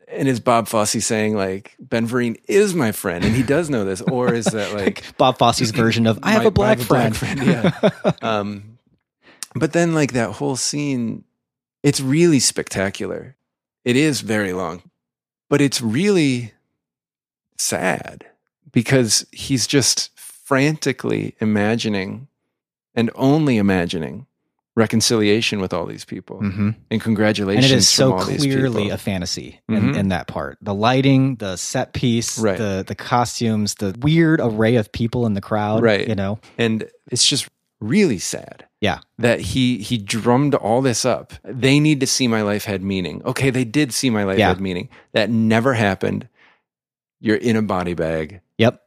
Speaker 2: and is Bob Fosse saying like Ben Vereen is my friend and he does know this, or is that like
Speaker 1: bob fosse's version of i have
Speaker 2: my-
Speaker 1: a black friend,
Speaker 2: yeah. um, but then like that whole scene, it's really spectacular. It is very long, but it's really sad because he's just frantically imagining and only imagining reconciliation with all these people
Speaker 1: Mhm.
Speaker 2: and congratulations
Speaker 1: and it is so
Speaker 2: from all these
Speaker 1: clearly
Speaker 2: people.
Speaker 1: a fantasy in,
Speaker 2: Mhm.
Speaker 1: in that part the lighting the set piece
Speaker 2: Right.
Speaker 1: the the costumes the weird array of people in the crowd
Speaker 2: right
Speaker 1: you know
Speaker 2: and it's just really sad
Speaker 1: yeah
Speaker 2: that he he drummed all this up. They need to see my life had meaning. Okay, they did see my life
Speaker 1: Yeah.
Speaker 2: had meaning. That never happened. You're in a body bag.
Speaker 1: Yep.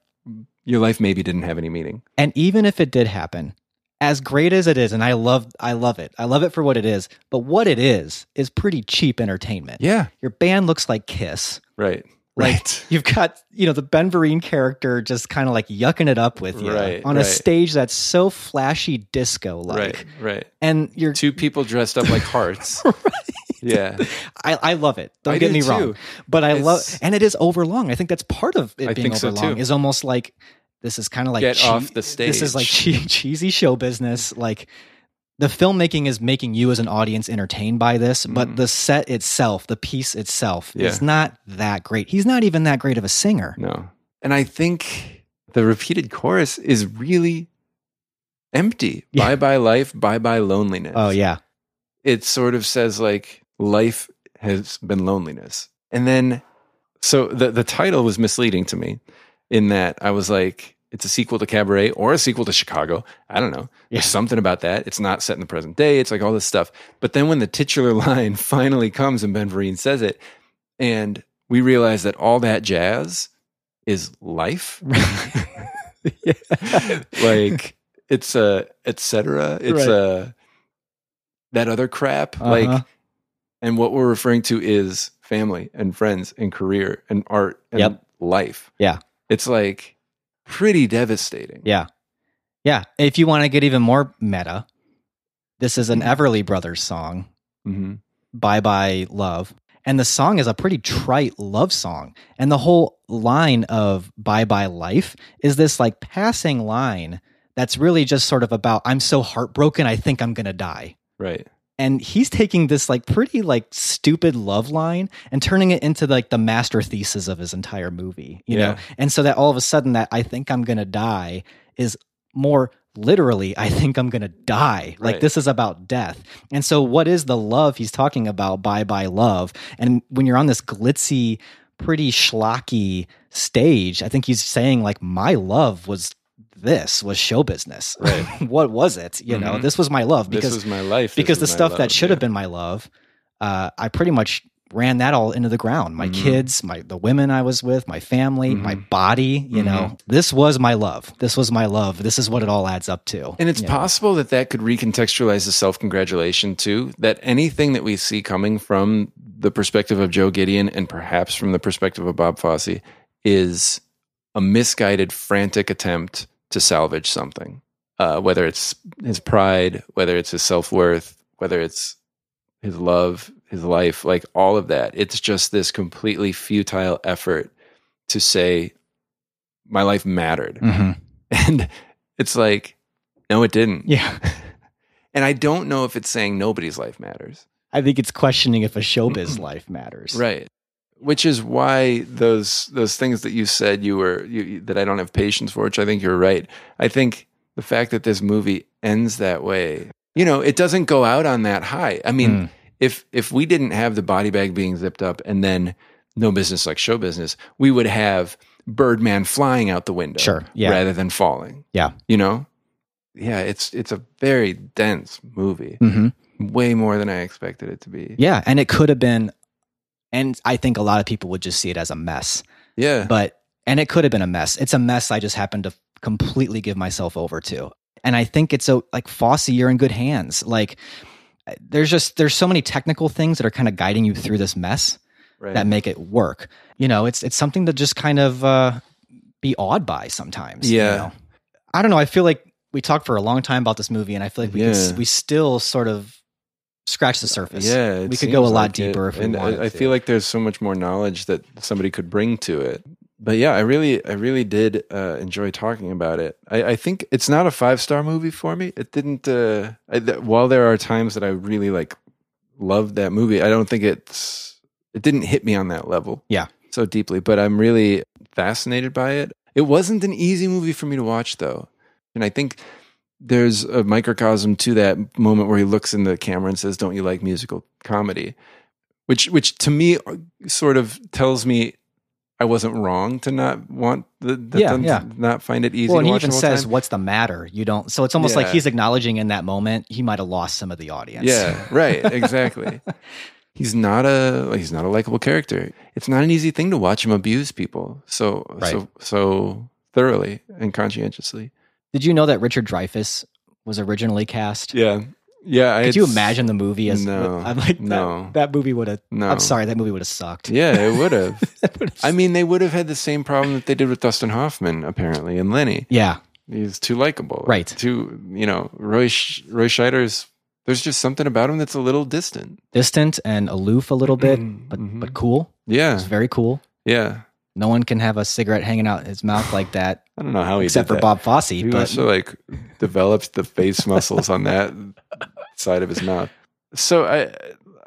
Speaker 2: Your life maybe didn't have any meaning.
Speaker 1: And even if it did happen, as great as it is, and I love I love it. I love it for what it is, but what it is is pretty cheap entertainment.
Speaker 2: Yeah.
Speaker 1: Your band looks like Kiss.
Speaker 2: Right.
Speaker 1: Like you've got, you know, the Ben Vereen character just kind of like yucking it up with you
Speaker 2: Right,
Speaker 1: on a
Speaker 2: right.
Speaker 1: stage that's so flashy disco like.
Speaker 2: right. Right.
Speaker 1: And you're
Speaker 2: two people dressed up like hearts. Yeah.
Speaker 1: I, I love it. Don't
Speaker 2: I
Speaker 1: get
Speaker 2: do
Speaker 1: me wrong.
Speaker 2: too.
Speaker 1: But I love
Speaker 2: It's-
Speaker 1: and it is overlong. I think that's part of it
Speaker 2: I
Speaker 1: being
Speaker 2: think so,
Speaker 1: overlong
Speaker 2: too.
Speaker 1: is almost like this is kind of like
Speaker 2: Get off the
Speaker 1: This is like
Speaker 2: stage.
Speaker 1: che- cheesy show business. Like the filmmaking is making you as an audience entertained by this, but the set itself, the piece itself,
Speaker 2: Mm-hmm. Yeah.
Speaker 1: is not that great. He's not even that great of a singer.
Speaker 2: No. And I think the repeated chorus is really empty. Bye bye life, bye bye loneliness.
Speaker 1: Oh yeah.
Speaker 2: it sort of says like life has been loneliness and then so the the title was misleading to me in that i was like it's a sequel to cabaret or a sequel to chicago i don't know there's something about that it's not set in the present day it's like all this stuff but then when the titular line finally comes and ben vereen says it and we realize that all that jazz is life like it's a etc
Speaker 1: Right.
Speaker 2: it's a that other crap
Speaker 1: Uh-huh.
Speaker 2: like and what we're referring to is family and friends and career and art and
Speaker 1: Yep.
Speaker 2: life
Speaker 1: Yeah.
Speaker 2: it's like pretty devastating
Speaker 1: Yeah. Yeah. If you want to get even more meta, this is
Speaker 2: Mm-hmm.
Speaker 1: an Everly Brothers song, Bye Bye Love. And the song is a pretty trite love song. And the whole line of Bye Bye Life is this like passing line that's really just sort of about, I'm so heartbroken, I think I'm going to die.
Speaker 2: right
Speaker 1: And he's taking this like pretty like stupid love line and turning it into like the master thesis of his entire movie, you know?
Speaker 2: Yeah.
Speaker 1: And so that all of a sudden that I think I'm going to die is more literally I think I'm going to die. Like
Speaker 2: Right.
Speaker 1: this is about death. And so what is the love he's talking about bye bye love? And when you're on this glitzy pretty schlocky stage, I think he's saying like my love was this was show business. Right. what was it? You know,
Speaker 2: Mhm.
Speaker 1: this was my love
Speaker 2: This
Speaker 1: because
Speaker 2: was my life. This
Speaker 1: Because the
Speaker 2: was my
Speaker 1: stuff that
Speaker 2: love,
Speaker 1: should have
Speaker 2: yeah.
Speaker 1: been my love, uh, I pretty much ran that all into the ground. My
Speaker 2: Mm-hmm.
Speaker 1: kids, my the women I was with, my family, my body, you
Speaker 2: Mm-hmm.
Speaker 1: know. This was my love. This was my love. This is what it all adds up to.
Speaker 2: And it's
Speaker 1: you know?
Speaker 2: possible that that could recontextualize the self congratulation too. That anything that we see coming from the perspective of Joe Gideon and perhaps from the perspective of Bob Fosse is a misguided, frantic attempt to salvage something. Uh, whether it's his pride, whether it's his self worth, whether it's his love, his life, like all of that. It's just this completely futile effort to say, my life mattered.
Speaker 1: Mm-hmm.
Speaker 2: And it's like, no, it didn't.
Speaker 1: Yeah.
Speaker 2: And I don't know if it's saying nobody's life matters.
Speaker 1: I think it's questioning if a showbiz life matters.
Speaker 2: Right. Which is why those those things that you said you were you, you- that I don't have patience for, which I think you're right. I think the fact that this movie ends that way, you know, it doesn't go out on that high. I
Speaker 1: Hmm.
Speaker 2: mean, if if we didn't have the body bag being zipped up and then no business like show business, we would have Birdman flying out the window,
Speaker 1: Sure. Yeah.
Speaker 2: rather than falling.
Speaker 1: Yeah.
Speaker 2: You know, yeah, it's it's a very dense movie,
Speaker 1: hmm
Speaker 2: way more than I expected it to be.
Speaker 1: Yeah, and it could have been, and I think a lot of people would just see it as a mess.
Speaker 2: Yeah.
Speaker 1: But and it could have been a mess. It's a mess. I just happened to completely give myself over to, and I think it's a like Fosse, you're in good hands. Like there's just there's so many technical things that are kind of guiding you through this mess
Speaker 2: Right.
Speaker 1: that make it work. You know, it's it's something to just kind of uh, be awed by sometimes. you
Speaker 2: Yeah.
Speaker 1: know? I don't know. I feel like we talked for a long time about this movie, and I feel like we could s
Speaker 2: Yeah.
Speaker 1: we still sort of scratch the surface.
Speaker 2: Yeah, it
Speaker 1: we could go a
Speaker 2: seems
Speaker 1: lot
Speaker 2: like it.
Speaker 1: deeper if we
Speaker 2: And
Speaker 1: wanted.
Speaker 2: I, I
Speaker 1: to.
Speaker 2: feel like there's so much more knowledge that somebody could bring to it. But yeah, I really, I really did uh, enjoy talking about it. I, I think it's not a five star movie for me. It didn't. Uh, I, th- while there are times that I really like loved that movie, I don't think it's. It didn't hit me on that level.
Speaker 1: Yeah.
Speaker 2: So deeply, but I'm really fascinated by it. It wasn't an easy movie for me to watch though, and I think there's a microcosm to that moment where he looks in the camera and says, "Don't you like musical comedy?" Which, which to me, uh, sort of tells me I wasn't wrong to not want the, the
Speaker 1: Yeah,
Speaker 2: them to
Speaker 1: yeah.
Speaker 2: not find it easy.
Speaker 1: well,
Speaker 2: to
Speaker 1: and he
Speaker 2: watch
Speaker 1: even
Speaker 2: the whole
Speaker 1: says,
Speaker 2: time.
Speaker 1: "What's the matter?" You don't. So it's almost like
Speaker 2: Yeah.
Speaker 1: he's acknowledging in that moment he might have lost some of the audience.
Speaker 2: "Yeah, right, exactly." he's not a like, he's not a likable character. It's not an easy thing to watch him abuse people so
Speaker 1: Right.
Speaker 2: so so thoroughly and conscientiously.
Speaker 1: Did you know that Richard Dreyfuss was originally cast?
Speaker 2: Yeah, yeah. I
Speaker 1: Could
Speaker 2: had
Speaker 1: you
Speaker 2: s-
Speaker 1: imagine the movie as?
Speaker 2: No,
Speaker 1: I'm like, that,
Speaker 2: no.
Speaker 1: that movie would have.
Speaker 2: No.
Speaker 1: I'm sorry, that movie would have sucked.
Speaker 2: Yeah, it would have. I mean, they would have had the same problem that they did with Dustin Hoffman, apparently, and Lenny.
Speaker 1: Yeah.
Speaker 2: He's too likable.
Speaker 1: Right.
Speaker 2: Too, you know, Roy, Sch- Roy Scheider's, there's just something about him that's a little distant.
Speaker 1: Distant and aloof a little bit, but but cool.
Speaker 2: Mm-hmm, Yeah.
Speaker 1: It's very cool.
Speaker 2: Yeah.
Speaker 1: No one can have a cigarette hanging out his mouth like that.
Speaker 2: I don't know how he
Speaker 1: except
Speaker 2: did
Speaker 1: for
Speaker 2: that.
Speaker 1: Bob Fosse.
Speaker 2: He
Speaker 1: but
Speaker 2: also like developed the face muscles on that side of his mouth. So I,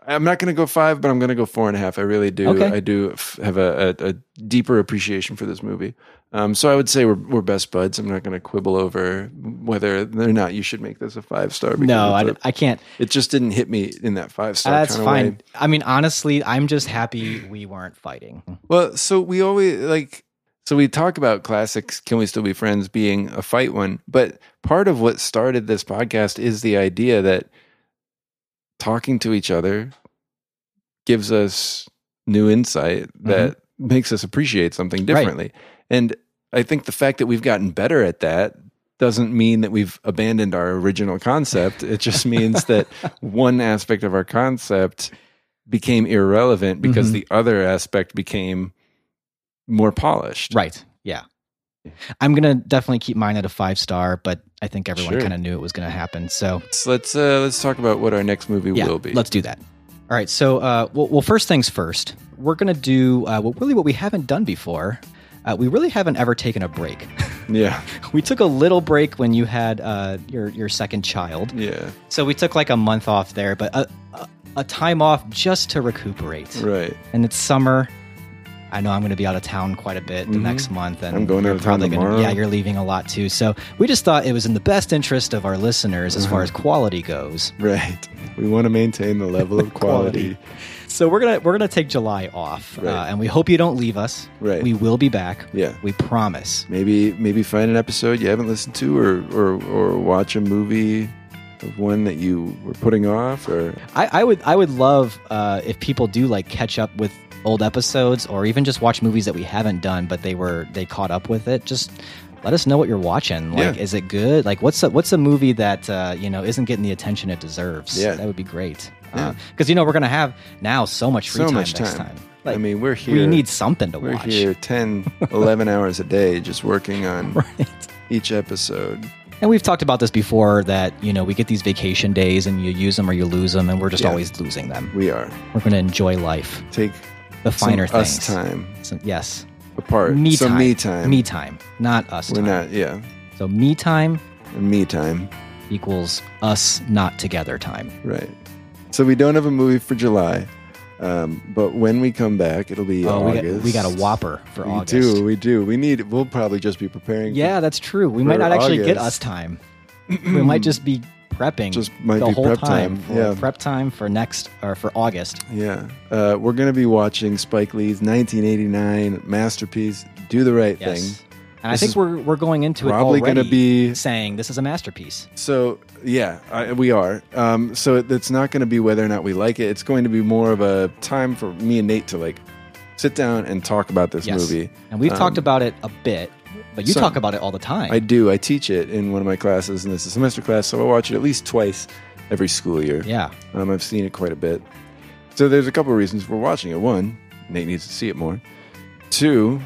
Speaker 2: I'm not going to go five, but I'm going to go four and a half. I really do.
Speaker 1: Okay.
Speaker 2: I do f- have a, a, a deeper appreciation for this movie. Um, so I would say we're we're best buds. I'm not going to quibble over whether or not you should make this a five star.
Speaker 1: no, I, I can't.
Speaker 2: it just didn't hit me in that five star.
Speaker 1: That's fine. I mean, honestly, I'm just happy we weren't fighting.
Speaker 2: Well, so we always like so we talk about classics can we still be friends being a fight one, but part of what started this podcast is the idea that talking to each other gives us new insight that makes us appreciate something differently. And I think the fact that we've gotten better at that doesn't mean that we've abandoned our original concept. It just means that one aspect of our concept became irrelevant because
Speaker 1: Mhm.
Speaker 2: the other aspect became more polished.
Speaker 1: Right. Yeah. I'm gonna definitely keep mine at a five star, but I think everyone
Speaker 2: Sure.
Speaker 1: kind of knew it was gonna happen. So
Speaker 2: So let's uh, let's talk about what our next movie
Speaker 1: yeah,
Speaker 2: will be.
Speaker 1: let's do that. All right. So uh, well, well, first things first, we're gonna do uh, well, really what we haven't done before. Uh, we really haven't ever taken a break.
Speaker 2: yeah,
Speaker 1: we took a little break when you had uh, your your second child.
Speaker 2: yeah,
Speaker 1: So we took like a month off there, but a, a, a time off just to recuperate.
Speaker 2: right.
Speaker 1: and it's summer. I know I'm going to be out of town quite a bit the
Speaker 2: Mhm.
Speaker 1: next month, and
Speaker 2: I'm going out
Speaker 1: you're
Speaker 2: of town
Speaker 1: probably
Speaker 2: tomorrow.
Speaker 1: yeah, you're leaving a lot too. So we just thought it was in the best interest of our listeners
Speaker 2: Uh-huh.
Speaker 1: as far as quality goes.
Speaker 2: Right. We want to maintain the level of quality.
Speaker 1: So we're gonna we're gonna take July off, uh,
Speaker 2: Right.
Speaker 1: and we hope you don't leave us.
Speaker 2: Right.
Speaker 1: We will be back.
Speaker 2: Yeah.
Speaker 1: We promise.
Speaker 2: Maybe maybe find an episode you haven't listened to or or, or watch a movie the one that you were putting off, or
Speaker 1: I, I would I would love uh, if people do like catch up with old episodes or even just watch movies that we haven't done but they were they caught up with it. Just let us know what you're watching. Like,
Speaker 2: Yeah.
Speaker 1: is it good? Like, what's a, what's a movie that uh, you know isn't getting the attention it deserves?
Speaker 2: Yeah.
Speaker 1: that would be great.
Speaker 2: Yeah.
Speaker 1: Because you know we're gonna have now so much free
Speaker 2: so
Speaker 1: time
Speaker 2: much
Speaker 1: next
Speaker 2: time?
Speaker 1: time.
Speaker 2: I mean, we're here.
Speaker 1: we need something to
Speaker 2: We're
Speaker 1: watch.
Speaker 2: here 10, 11 hours a day, just working on each episode.
Speaker 1: And we've talked about this before that, you know, we get these vacation days and you use them or you lose them and we're just
Speaker 2: Yeah.
Speaker 1: always losing them.
Speaker 2: We are.
Speaker 1: We're going to enjoy life.
Speaker 2: Take
Speaker 1: the
Speaker 2: some
Speaker 1: finer
Speaker 2: us
Speaker 1: things.
Speaker 2: time.
Speaker 1: Some- yes.
Speaker 2: Apart.
Speaker 1: Me
Speaker 2: Some
Speaker 1: time.
Speaker 2: me time.
Speaker 1: Me time, not us
Speaker 2: We're
Speaker 1: time.
Speaker 2: not. Yeah.
Speaker 1: So me time
Speaker 2: And me time.
Speaker 1: equals us not together time.
Speaker 2: Right. So we don't have a movie for July, um, but when we come back, it'll be
Speaker 1: Oh, we
Speaker 2: August.
Speaker 1: got, we got a whopper for
Speaker 2: we
Speaker 1: August.
Speaker 2: do. We do. We need. We'll probably just be preparing.
Speaker 1: Yeah, that's true. We might
Speaker 2: For
Speaker 1: not actually get
Speaker 2: August.
Speaker 1: us time. we might just be prepping
Speaker 2: Just might
Speaker 1: the
Speaker 2: be
Speaker 1: whole
Speaker 2: prep
Speaker 1: time.
Speaker 2: time,
Speaker 1: for
Speaker 2: yeah.
Speaker 1: Prep time for next or for August.
Speaker 2: For, yeah. Uh, we're gonna be watching Spike Lee's 1989 masterpiece, "Do the Right
Speaker 1: Yes.
Speaker 2: Thing."
Speaker 1: And I
Speaker 2: This
Speaker 1: think
Speaker 2: is
Speaker 1: we're we're going into it
Speaker 2: probably gonna
Speaker 1: already
Speaker 2: be-
Speaker 1: saying this is a masterpiece.
Speaker 2: So yeah, I, we are. Um, so it, it's not going to be whether or not we like it. It's going to be more of a time for me and Nate to like sit down and talk about this
Speaker 1: Yes.
Speaker 2: movie.
Speaker 1: And we've
Speaker 2: Um,
Speaker 1: talked about it a bit, but you
Speaker 2: some.
Speaker 1: talk about it all the time.
Speaker 2: I do. I teach it in one of my classes, and it's a semester class, so I watch it at least twice every school year.
Speaker 1: yeah.
Speaker 2: Um, I've seen it quite a bit. So there's a couple of reasons we're watching it. One, Nate needs to see it more. Two,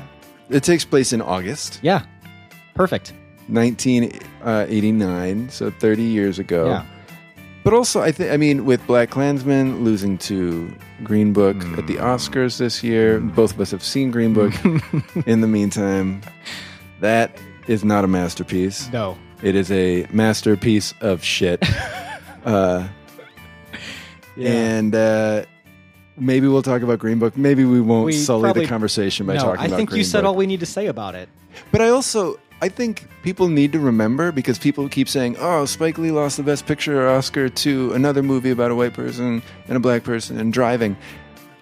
Speaker 2: it takes place in August
Speaker 1: Yeah. Perfect.
Speaker 2: 1989, so 30 years ago.
Speaker 1: Yeah.
Speaker 2: But also, I think I mean, with Black Klansman losing to Green Book at
Speaker 1: Hmm.
Speaker 2: the Oscars this year, both of us have seen Green Book. In the meantime, that is not a masterpiece.
Speaker 1: No.
Speaker 2: It is a masterpiece of shit. uh,
Speaker 1: Yeah.
Speaker 2: And uh, maybe we'll talk about Green Book. Maybe we won't
Speaker 1: We
Speaker 2: sully
Speaker 1: probably-
Speaker 2: the conversation by
Speaker 1: no,
Speaker 2: talking
Speaker 1: I
Speaker 2: about
Speaker 1: think
Speaker 2: Green
Speaker 1: you said
Speaker 2: Book.
Speaker 1: all we need to say about it.
Speaker 2: But I also I think people need to remember because people keep saying, "Oh, Spike Lee lost the Best Picture Oscar to another movie about a white person and a black person and driving."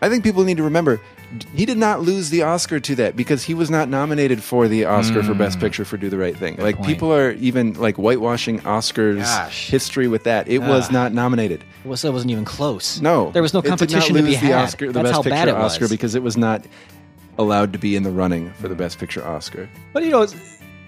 Speaker 2: I think people need to remember d- he did not lose the Oscar to that because he was not nominated for the Oscar for Best Picture for Do the Right Thing. Like
Speaker 1: Hmm. point.
Speaker 2: people are even like whitewashing Oscars
Speaker 1: Gosh.
Speaker 2: history with that. It was
Speaker 1: Ugh.
Speaker 2: not nominated.
Speaker 1: It was- it wasn't even close.
Speaker 2: No,
Speaker 1: There was no
Speaker 2: It did not
Speaker 1: competition to be
Speaker 2: lose the
Speaker 1: had.
Speaker 2: Oscar, the
Speaker 1: That's
Speaker 2: Best
Speaker 1: how
Speaker 2: Picture
Speaker 1: bad it was.
Speaker 2: Oscar because it was not allowed to be in the running for the Best Picture Oscar.
Speaker 1: But you know,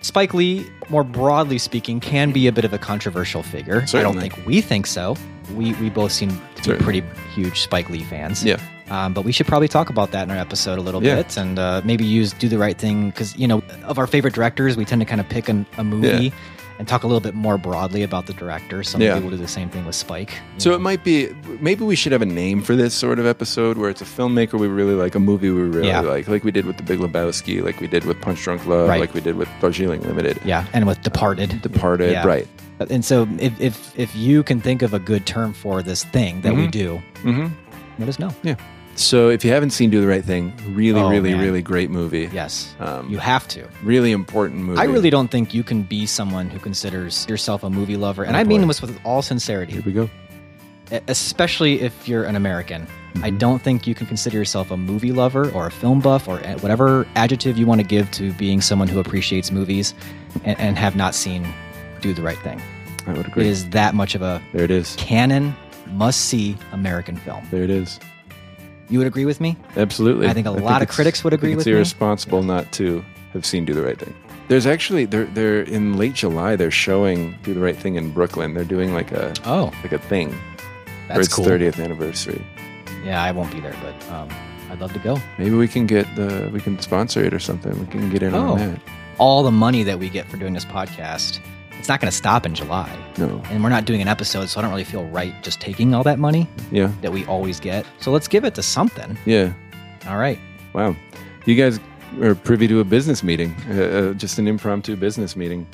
Speaker 1: Spike Lee, more broadly speaking, can be a bit of a controversial figure. I don't
Speaker 2: Certainly.
Speaker 1: think we think so. We we both seem to be
Speaker 2: Certainly.
Speaker 1: pretty huge Spike Lee fans.
Speaker 2: Yeah.
Speaker 1: Um, but we should probably talk about that in our episode a little
Speaker 2: Yeah.
Speaker 1: bit, and uh, maybe use "Do the Right Thing" because you know, of our favorite directors, we tend to kind of pick an, a movie
Speaker 2: Yeah.
Speaker 1: and talk a little bit more broadly about the director. So
Speaker 2: Yeah.
Speaker 1: maybe we'll do the same thing with Spike. you
Speaker 2: So
Speaker 1: know.
Speaker 2: it might be maybe we should have a name for this sort of episode where it's a filmmaker we really like, a movie we really
Speaker 1: Yeah.
Speaker 2: like, like we did with The Big Lebowski, like we did with Punch Drunk Love,
Speaker 1: Right.
Speaker 2: like we did with Darjeeling Limited,
Speaker 1: yeah, and with Departed.
Speaker 2: Departed,
Speaker 1: Yeah.
Speaker 2: right?
Speaker 1: And so, if, if if you can think of a good term for this thing that we
Speaker 2: Mhm.
Speaker 1: do,
Speaker 2: Mm-hmm.
Speaker 1: let us know.
Speaker 2: Yeah. So if you haven't seen Do the Right Thing, really,
Speaker 1: Oh,
Speaker 2: really,
Speaker 1: man.
Speaker 2: really great movie.
Speaker 1: Yes,
Speaker 2: Um,
Speaker 1: you have to.
Speaker 2: really important movie.
Speaker 1: I really don't think you can be someone who considers yourself a movie lover, and
Speaker 2: Oh,
Speaker 1: I mean
Speaker 2: boy.
Speaker 1: this with all sincerity,
Speaker 2: Here we go.
Speaker 1: e- especially if you're an American. I
Speaker 2: Mm-hmm.
Speaker 1: don't think you can consider yourself a movie lover or a film buff or a- whatever adjective you want to give to being someone who appreciates movies and, and have not seen Do the Right Thing.
Speaker 2: I would
Speaker 1: It
Speaker 2: agree.
Speaker 1: is that much of a
Speaker 2: There it is.
Speaker 1: canon, must see American film.
Speaker 2: There it is.
Speaker 1: You would agree with me?
Speaker 2: Absolutely.
Speaker 1: I think a lot of
Speaker 2: it's-
Speaker 1: critics would
Speaker 2: I think
Speaker 1: agree
Speaker 2: it's
Speaker 1: with me.
Speaker 2: irresponsible not to have seen Do the Right Thing. There's actually they're they're in late July they're showing Do the Right Thing in Brooklyn. They're doing like a
Speaker 1: Oh,
Speaker 2: like a thing for
Speaker 1: that's
Speaker 2: its
Speaker 1: cool.
Speaker 2: 30th anniversary.
Speaker 1: Yeah, I won't be there, but um, I'd love to go.
Speaker 2: Maybe we can get the we can sponsor it or something. We can get in
Speaker 1: Oh.
Speaker 2: on that.
Speaker 1: all the money that we get for doing this podcast, it's not going to stop in July.
Speaker 2: No.
Speaker 1: And we're not doing an episode, so I don't really feel right just taking all that money
Speaker 2: Yeah.
Speaker 1: that we always get. So let's give it to something.
Speaker 2: Yeah.
Speaker 1: All right.
Speaker 2: Wow. You guys are privy to a business meeting, uh, uh, just an impromptu business meeting.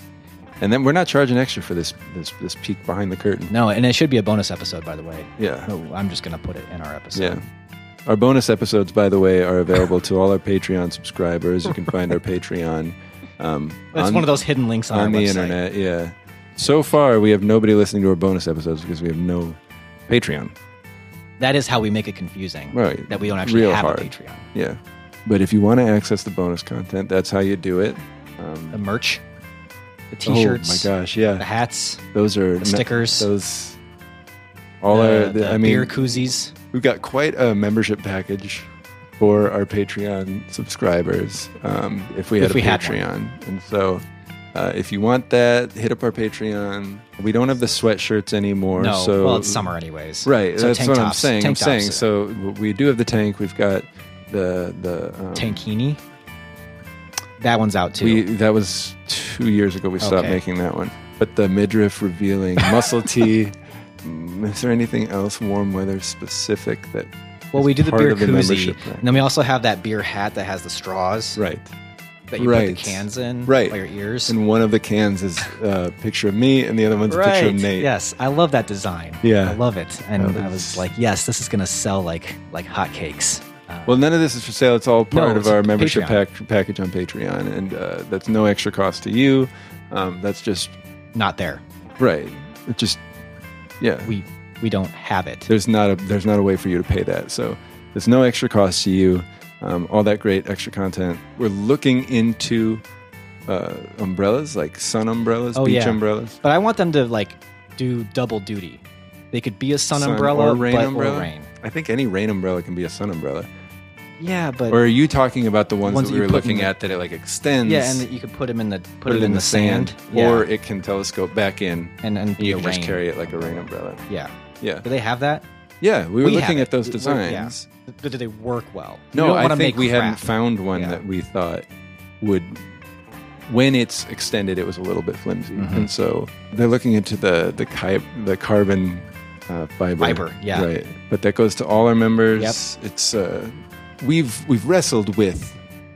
Speaker 2: And then we're not charging extra for this this this peek behind the curtain.
Speaker 1: No, and it should be a bonus episode, by the way.
Speaker 2: Yeah.
Speaker 1: Oh, I'm just going to put it in our episode.
Speaker 2: Yeah. Our bonus episodes, by the way, are available to all our Patreon subscribers. You can find our Patreon um,
Speaker 1: That's
Speaker 2: on,
Speaker 1: one of those hidden links on,
Speaker 2: on
Speaker 1: our
Speaker 2: the
Speaker 1: website.
Speaker 2: internet. Yeah. So far, we have nobody listening to our bonus episodes because we have no Patreon.
Speaker 1: That is how we make it confusing.
Speaker 2: Right.
Speaker 1: That we don't actually
Speaker 2: Real
Speaker 1: have
Speaker 2: hard.
Speaker 1: a Patreon.
Speaker 2: Yeah. But if you want to access the bonus content, that's how you do it.
Speaker 1: The merch. the T-shirts.
Speaker 2: Oh my gosh, yeah.
Speaker 1: The hats.
Speaker 2: Those are
Speaker 1: The stickers.
Speaker 2: Those all
Speaker 1: The-
Speaker 2: are.
Speaker 1: uh, the
Speaker 2: I mean,
Speaker 1: beer koozies.
Speaker 2: We've got quite a membership package for our Patreon subscribers. Um, if we had
Speaker 1: If
Speaker 2: a
Speaker 1: we had one.
Speaker 2: Patreon, and so. Uh, if you want that, hit up our Patreon. We don't have the sweatshirts anymore.
Speaker 1: No,
Speaker 2: so
Speaker 1: well, it's summer anyways.
Speaker 2: Right,
Speaker 1: So
Speaker 2: that's
Speaker 1: tank
Speaker 2: what I'm
Speaker 1: tops-
Speaker 2: saying.
Speaker 1: tank
Speaker 2: I'm saying.
Speaker 1: tops.
Speaker 2: So w- we do have the tank. We've got the the um,
Speaker 1: Tankini. That one's out too.
Speaker 2: We, that was two years ago. We stopped
Speaker 1: Okay.
Speaker 2: making that one. But the midriff revealing muscle tee. Mm, Is there anything else warm weather specific that?
Speaker 1: Well,
Speaker 2: is
Speaker 1: we do the
Speaker 2: part
Speaker 1: beer
Speaker 2: of the
Speaker 1: koozie,
Speaker 2: membership
Speaker 1: and
Speaker 2: plan?
Speaker 1: then we also have that beer hat that has the straws.
Speaker 2: Right.
Speaker 1: That you
Speaker 2: right.
Speaker 1: put the cans in.
Speaker 2: Right.
Speaker 1: By your ears.
Speaker 2: And one of the cans is a picture of me, and the other one's a picture of Nate.
Speaker 1: Yes, I love that design.
Speaker 2: Yeah.
Speaker 1: I love it. And
Speaker 2: That
Speaker 1: I was like, yes, this is gonna sell like like hotcakes.
Speaker 2: Well, none of this is for sale. It's all part
Speaker 1: No,
Speaker 2: of
Speaker 1: it's
Speaker 2: our membership
Speaker 1: Patreon.
Speaker 2: pack- package on Patreon, and uh, that's no extra cost to you. Um, that's just
Speaker 1: not there.
Speaker 2: Right. It just yeah.
Speaker 1: We we don't have it.
Speaker 2: There's not a there's not a way for you to pay that. So there's no extra cost to you. Um, all that great extra content. We're looking into uh, umbrellas like sun umbrellas,
Speaker 1: Oh,
Speaker 2: beach umbrellas.
Speaker 1: But I want them to like do double duty. They could be a sun, umbrella
Speaker 2: or rain
Speaker 1: but or
Speaker 2: umbrella.
Speaker 1: rain.
Speaker 2: I think any rain umbrella can be a sun umbrella.
Speaker 1: Yeah, but
Speaker 2: or are you talking about the ones,
Speaker 1: ones
Speaker 2: that
Speaker 1: that
Speaker 2: we
Speaker 1: you
Speaker 2: were
Speaker 1: put in
Speaker 2: looking
Speaker 1: the-
Speaker 2: at that it like extends?
Speaker 1: yeah, and you could put them in the put, it in, the sand,
Speaker 2: or
Speaker 1: Yeah.
Speaker 2: it can telescope back in,
Speaker 1: and and be
Speaker 2: you
Speaker 1: a
Speaker 2: can just
Speaker 1: rain
Speaker 2: carry it like a rain umbrella.
Speaker 1: yeah.
Speaker 2: Yeah.
Speaker 1: Do they have that?
Speaker 2: Yeah, we were looking
Speaker 1: have
Speaker 2: at
Speaker 1: it.
Speaker 2: those
Speaker 1: We- we- yeah.
Speaker 2: designs.
Speaker 1: But do they work well? You
Speaker 2: No,
Speaker 1: don't
Speaker 2: I
Speaker 1: wanna
Speaker 2: think
Speaker 1: make
Speaker 2: we hadn't
Speaker 1: crap.
Speaker 2: found one
Speaker 1: Yeah.
Speaker 2: that we thought would. When it's extended, it was a little bit flimsy,
Speaker 1: Mhm.
Speaker 2: and so they're looking into the the ki- the carbon uh, fiber.
Speaker 1: Fiber, yeah.
Speaker 2: right. But that goes to all our members. It's uh, we've we've wrestled with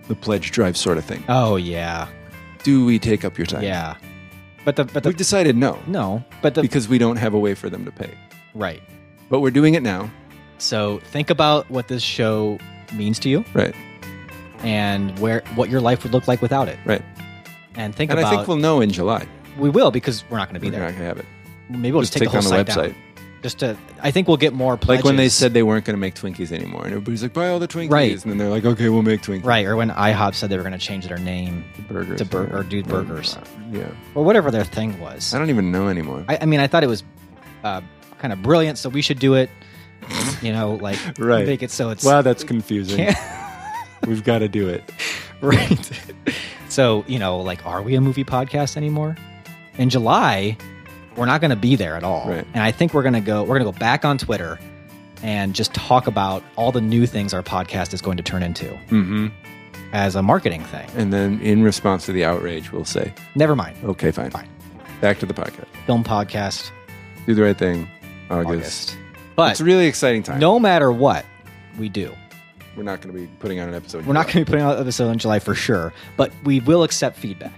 Speaker 2: the pledge drive sort of thing.
Speaker 1: Oh yeah,
Speaker 2: Do we take up your time?
Speaker 1: Yeah, but the but the
Speaker 2: we've decided no,
Speaker 1: no, but the
Speaker 2: because we don't have a way for them to pay.
Speaker 1: right.
Speaker 2: But we're doing it now,
Speaker 1: So think about what this show means to you
Speaker 2: right?
Speaker 1: and where what your life would look like without it.
Speaker 2: Right.
Speaker 1: And think
Speaker 2: and
Speaker 1: about
Speaker 2: I think we'll know in July.
Speaker 1: we will because we're not going to be
Speaker 2: We're not
Speaker 1: there.
Speaker 2: gonna have it.
Speaker 1: Maybe we'll just, take, the
Speaker 2: on
Speaker 1: whole
Speaker 2: the
Speaker 1: site
Speaker 2: website.
Speaker 1: down. Just to I think we'll get more pledges.
Speaker 2: Like when they said they weren't going to make Twinkies anymore, and everybody's like, "Buy all the Twinkies,"
Speaker 1: Right.
Speaker 2: and then they're like, "Okay, we'll make Twinkies."
Speaker 1: right or when IHOP said they were going to change their name
Speaker 2: Burgers
Speaker 1: to bur-
Speaker 2: yeah.
Speaker 1: or do burgers
Speaker 2: Yeah,
Speaker 1: or whatever their thing was.
Speaker 2: I don't even know anymore.
Speaker 1: I, I mean, I thought it was uh, kind of brilliant, so we should do it. You know, like
Speaker 2: Right.
Speaker 1: make it so it's
Speaker 2: wow, that's confusing.
Speaker 1: can't-
Speaker 2: We've got to do it.
Speaker 1: right. so you know, like, are we a movie podcast anymore? In July, we're not going to be there at all.
Speaker 2: Right.
Speaker 1: and I think we're going to go. We're going to go back on Twitter and just talk about all the new things our podcast is going to turn into
Speaker 2: Mm-hmm.
Speaker 1: as a marketing thing.
Speaker 2: And then, in response to the outrage, we'll say,
Speaker 1: Never mind,
Speaker 2: "Okay, fine,
Speaker 1: Fine.
Speaker 2: Back to the podcast.
Speaker 1: film podcast
Speaker 2: Do the right thing." August.
Speaker 1: August, but
Speaker 2: it's a really exciting time.
Speaker 1: no matter what we do,
Speaker 2: we're not going to be putting out an episode.
Speaker 1: we're not going to be putting out an episode in July for sure. But we will accept feedback.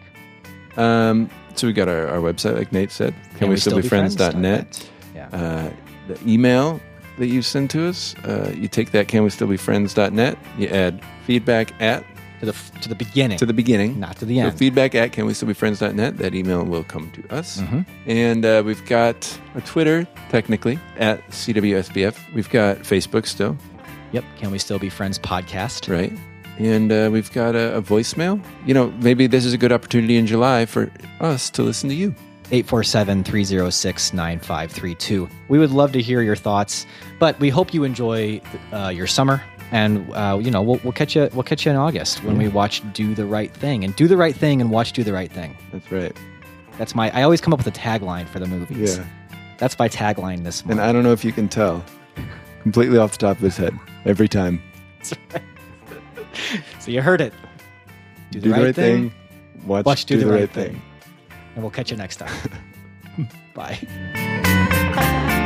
Speaker 2: to. Um, so we got our, our website, like Nate said. Can, we, still, be friends? dot net.
Speaker 1: Yeah.
Speaker 2: uh, the email that you send to us. Uh, you take that can we still be friends.net. You add feedback at
Speaker 1: to the f- to the beginning,
Speaker 2: to the beginning.
Speaker 1: not to the
Speaker 2: So
Speaker 1: end.
Speaker 2: feedback at can we still be friends.net. That email will come to us.
Speaker 1: Mhm.
Speaker 2: And uh, we've got a Twitter, technically, at CWSBF. We've got Facebook still,
Speaker 1: Yep. Can we still be friends? Podcast.
Speaker 2: right? And uh, we've got a, a voicemail. You know, maybe this is a good opportunity in July for us to listen to you.
Speaker 1: 847 306 9532. We would love to hear your thoughts, but we hope you enjoy uh, your summer. And uh, you know we'll, we'll catch you we'll catch you in August when we watch Do the Right Thing and Do the Right Thing and watch Do the Right Thing.
Speaker 2: That's right.
Speaker 1: That's my I always come up with a tagline for the movies.
Speaker 2: Yeah.
Speaker 1: That's my tagline this month.
Speaker 2: And I don't know if you can tell, completely off the top of his head every time.
Speaker 1: so you heard it. Do the, right, thing,
Speaker 2: Watch,
Speaker 1: Watch
Speaker 2: do, the, right thing.
Speaker 1: and we'll catch you next time. Bye.
Speaker 2: Bye.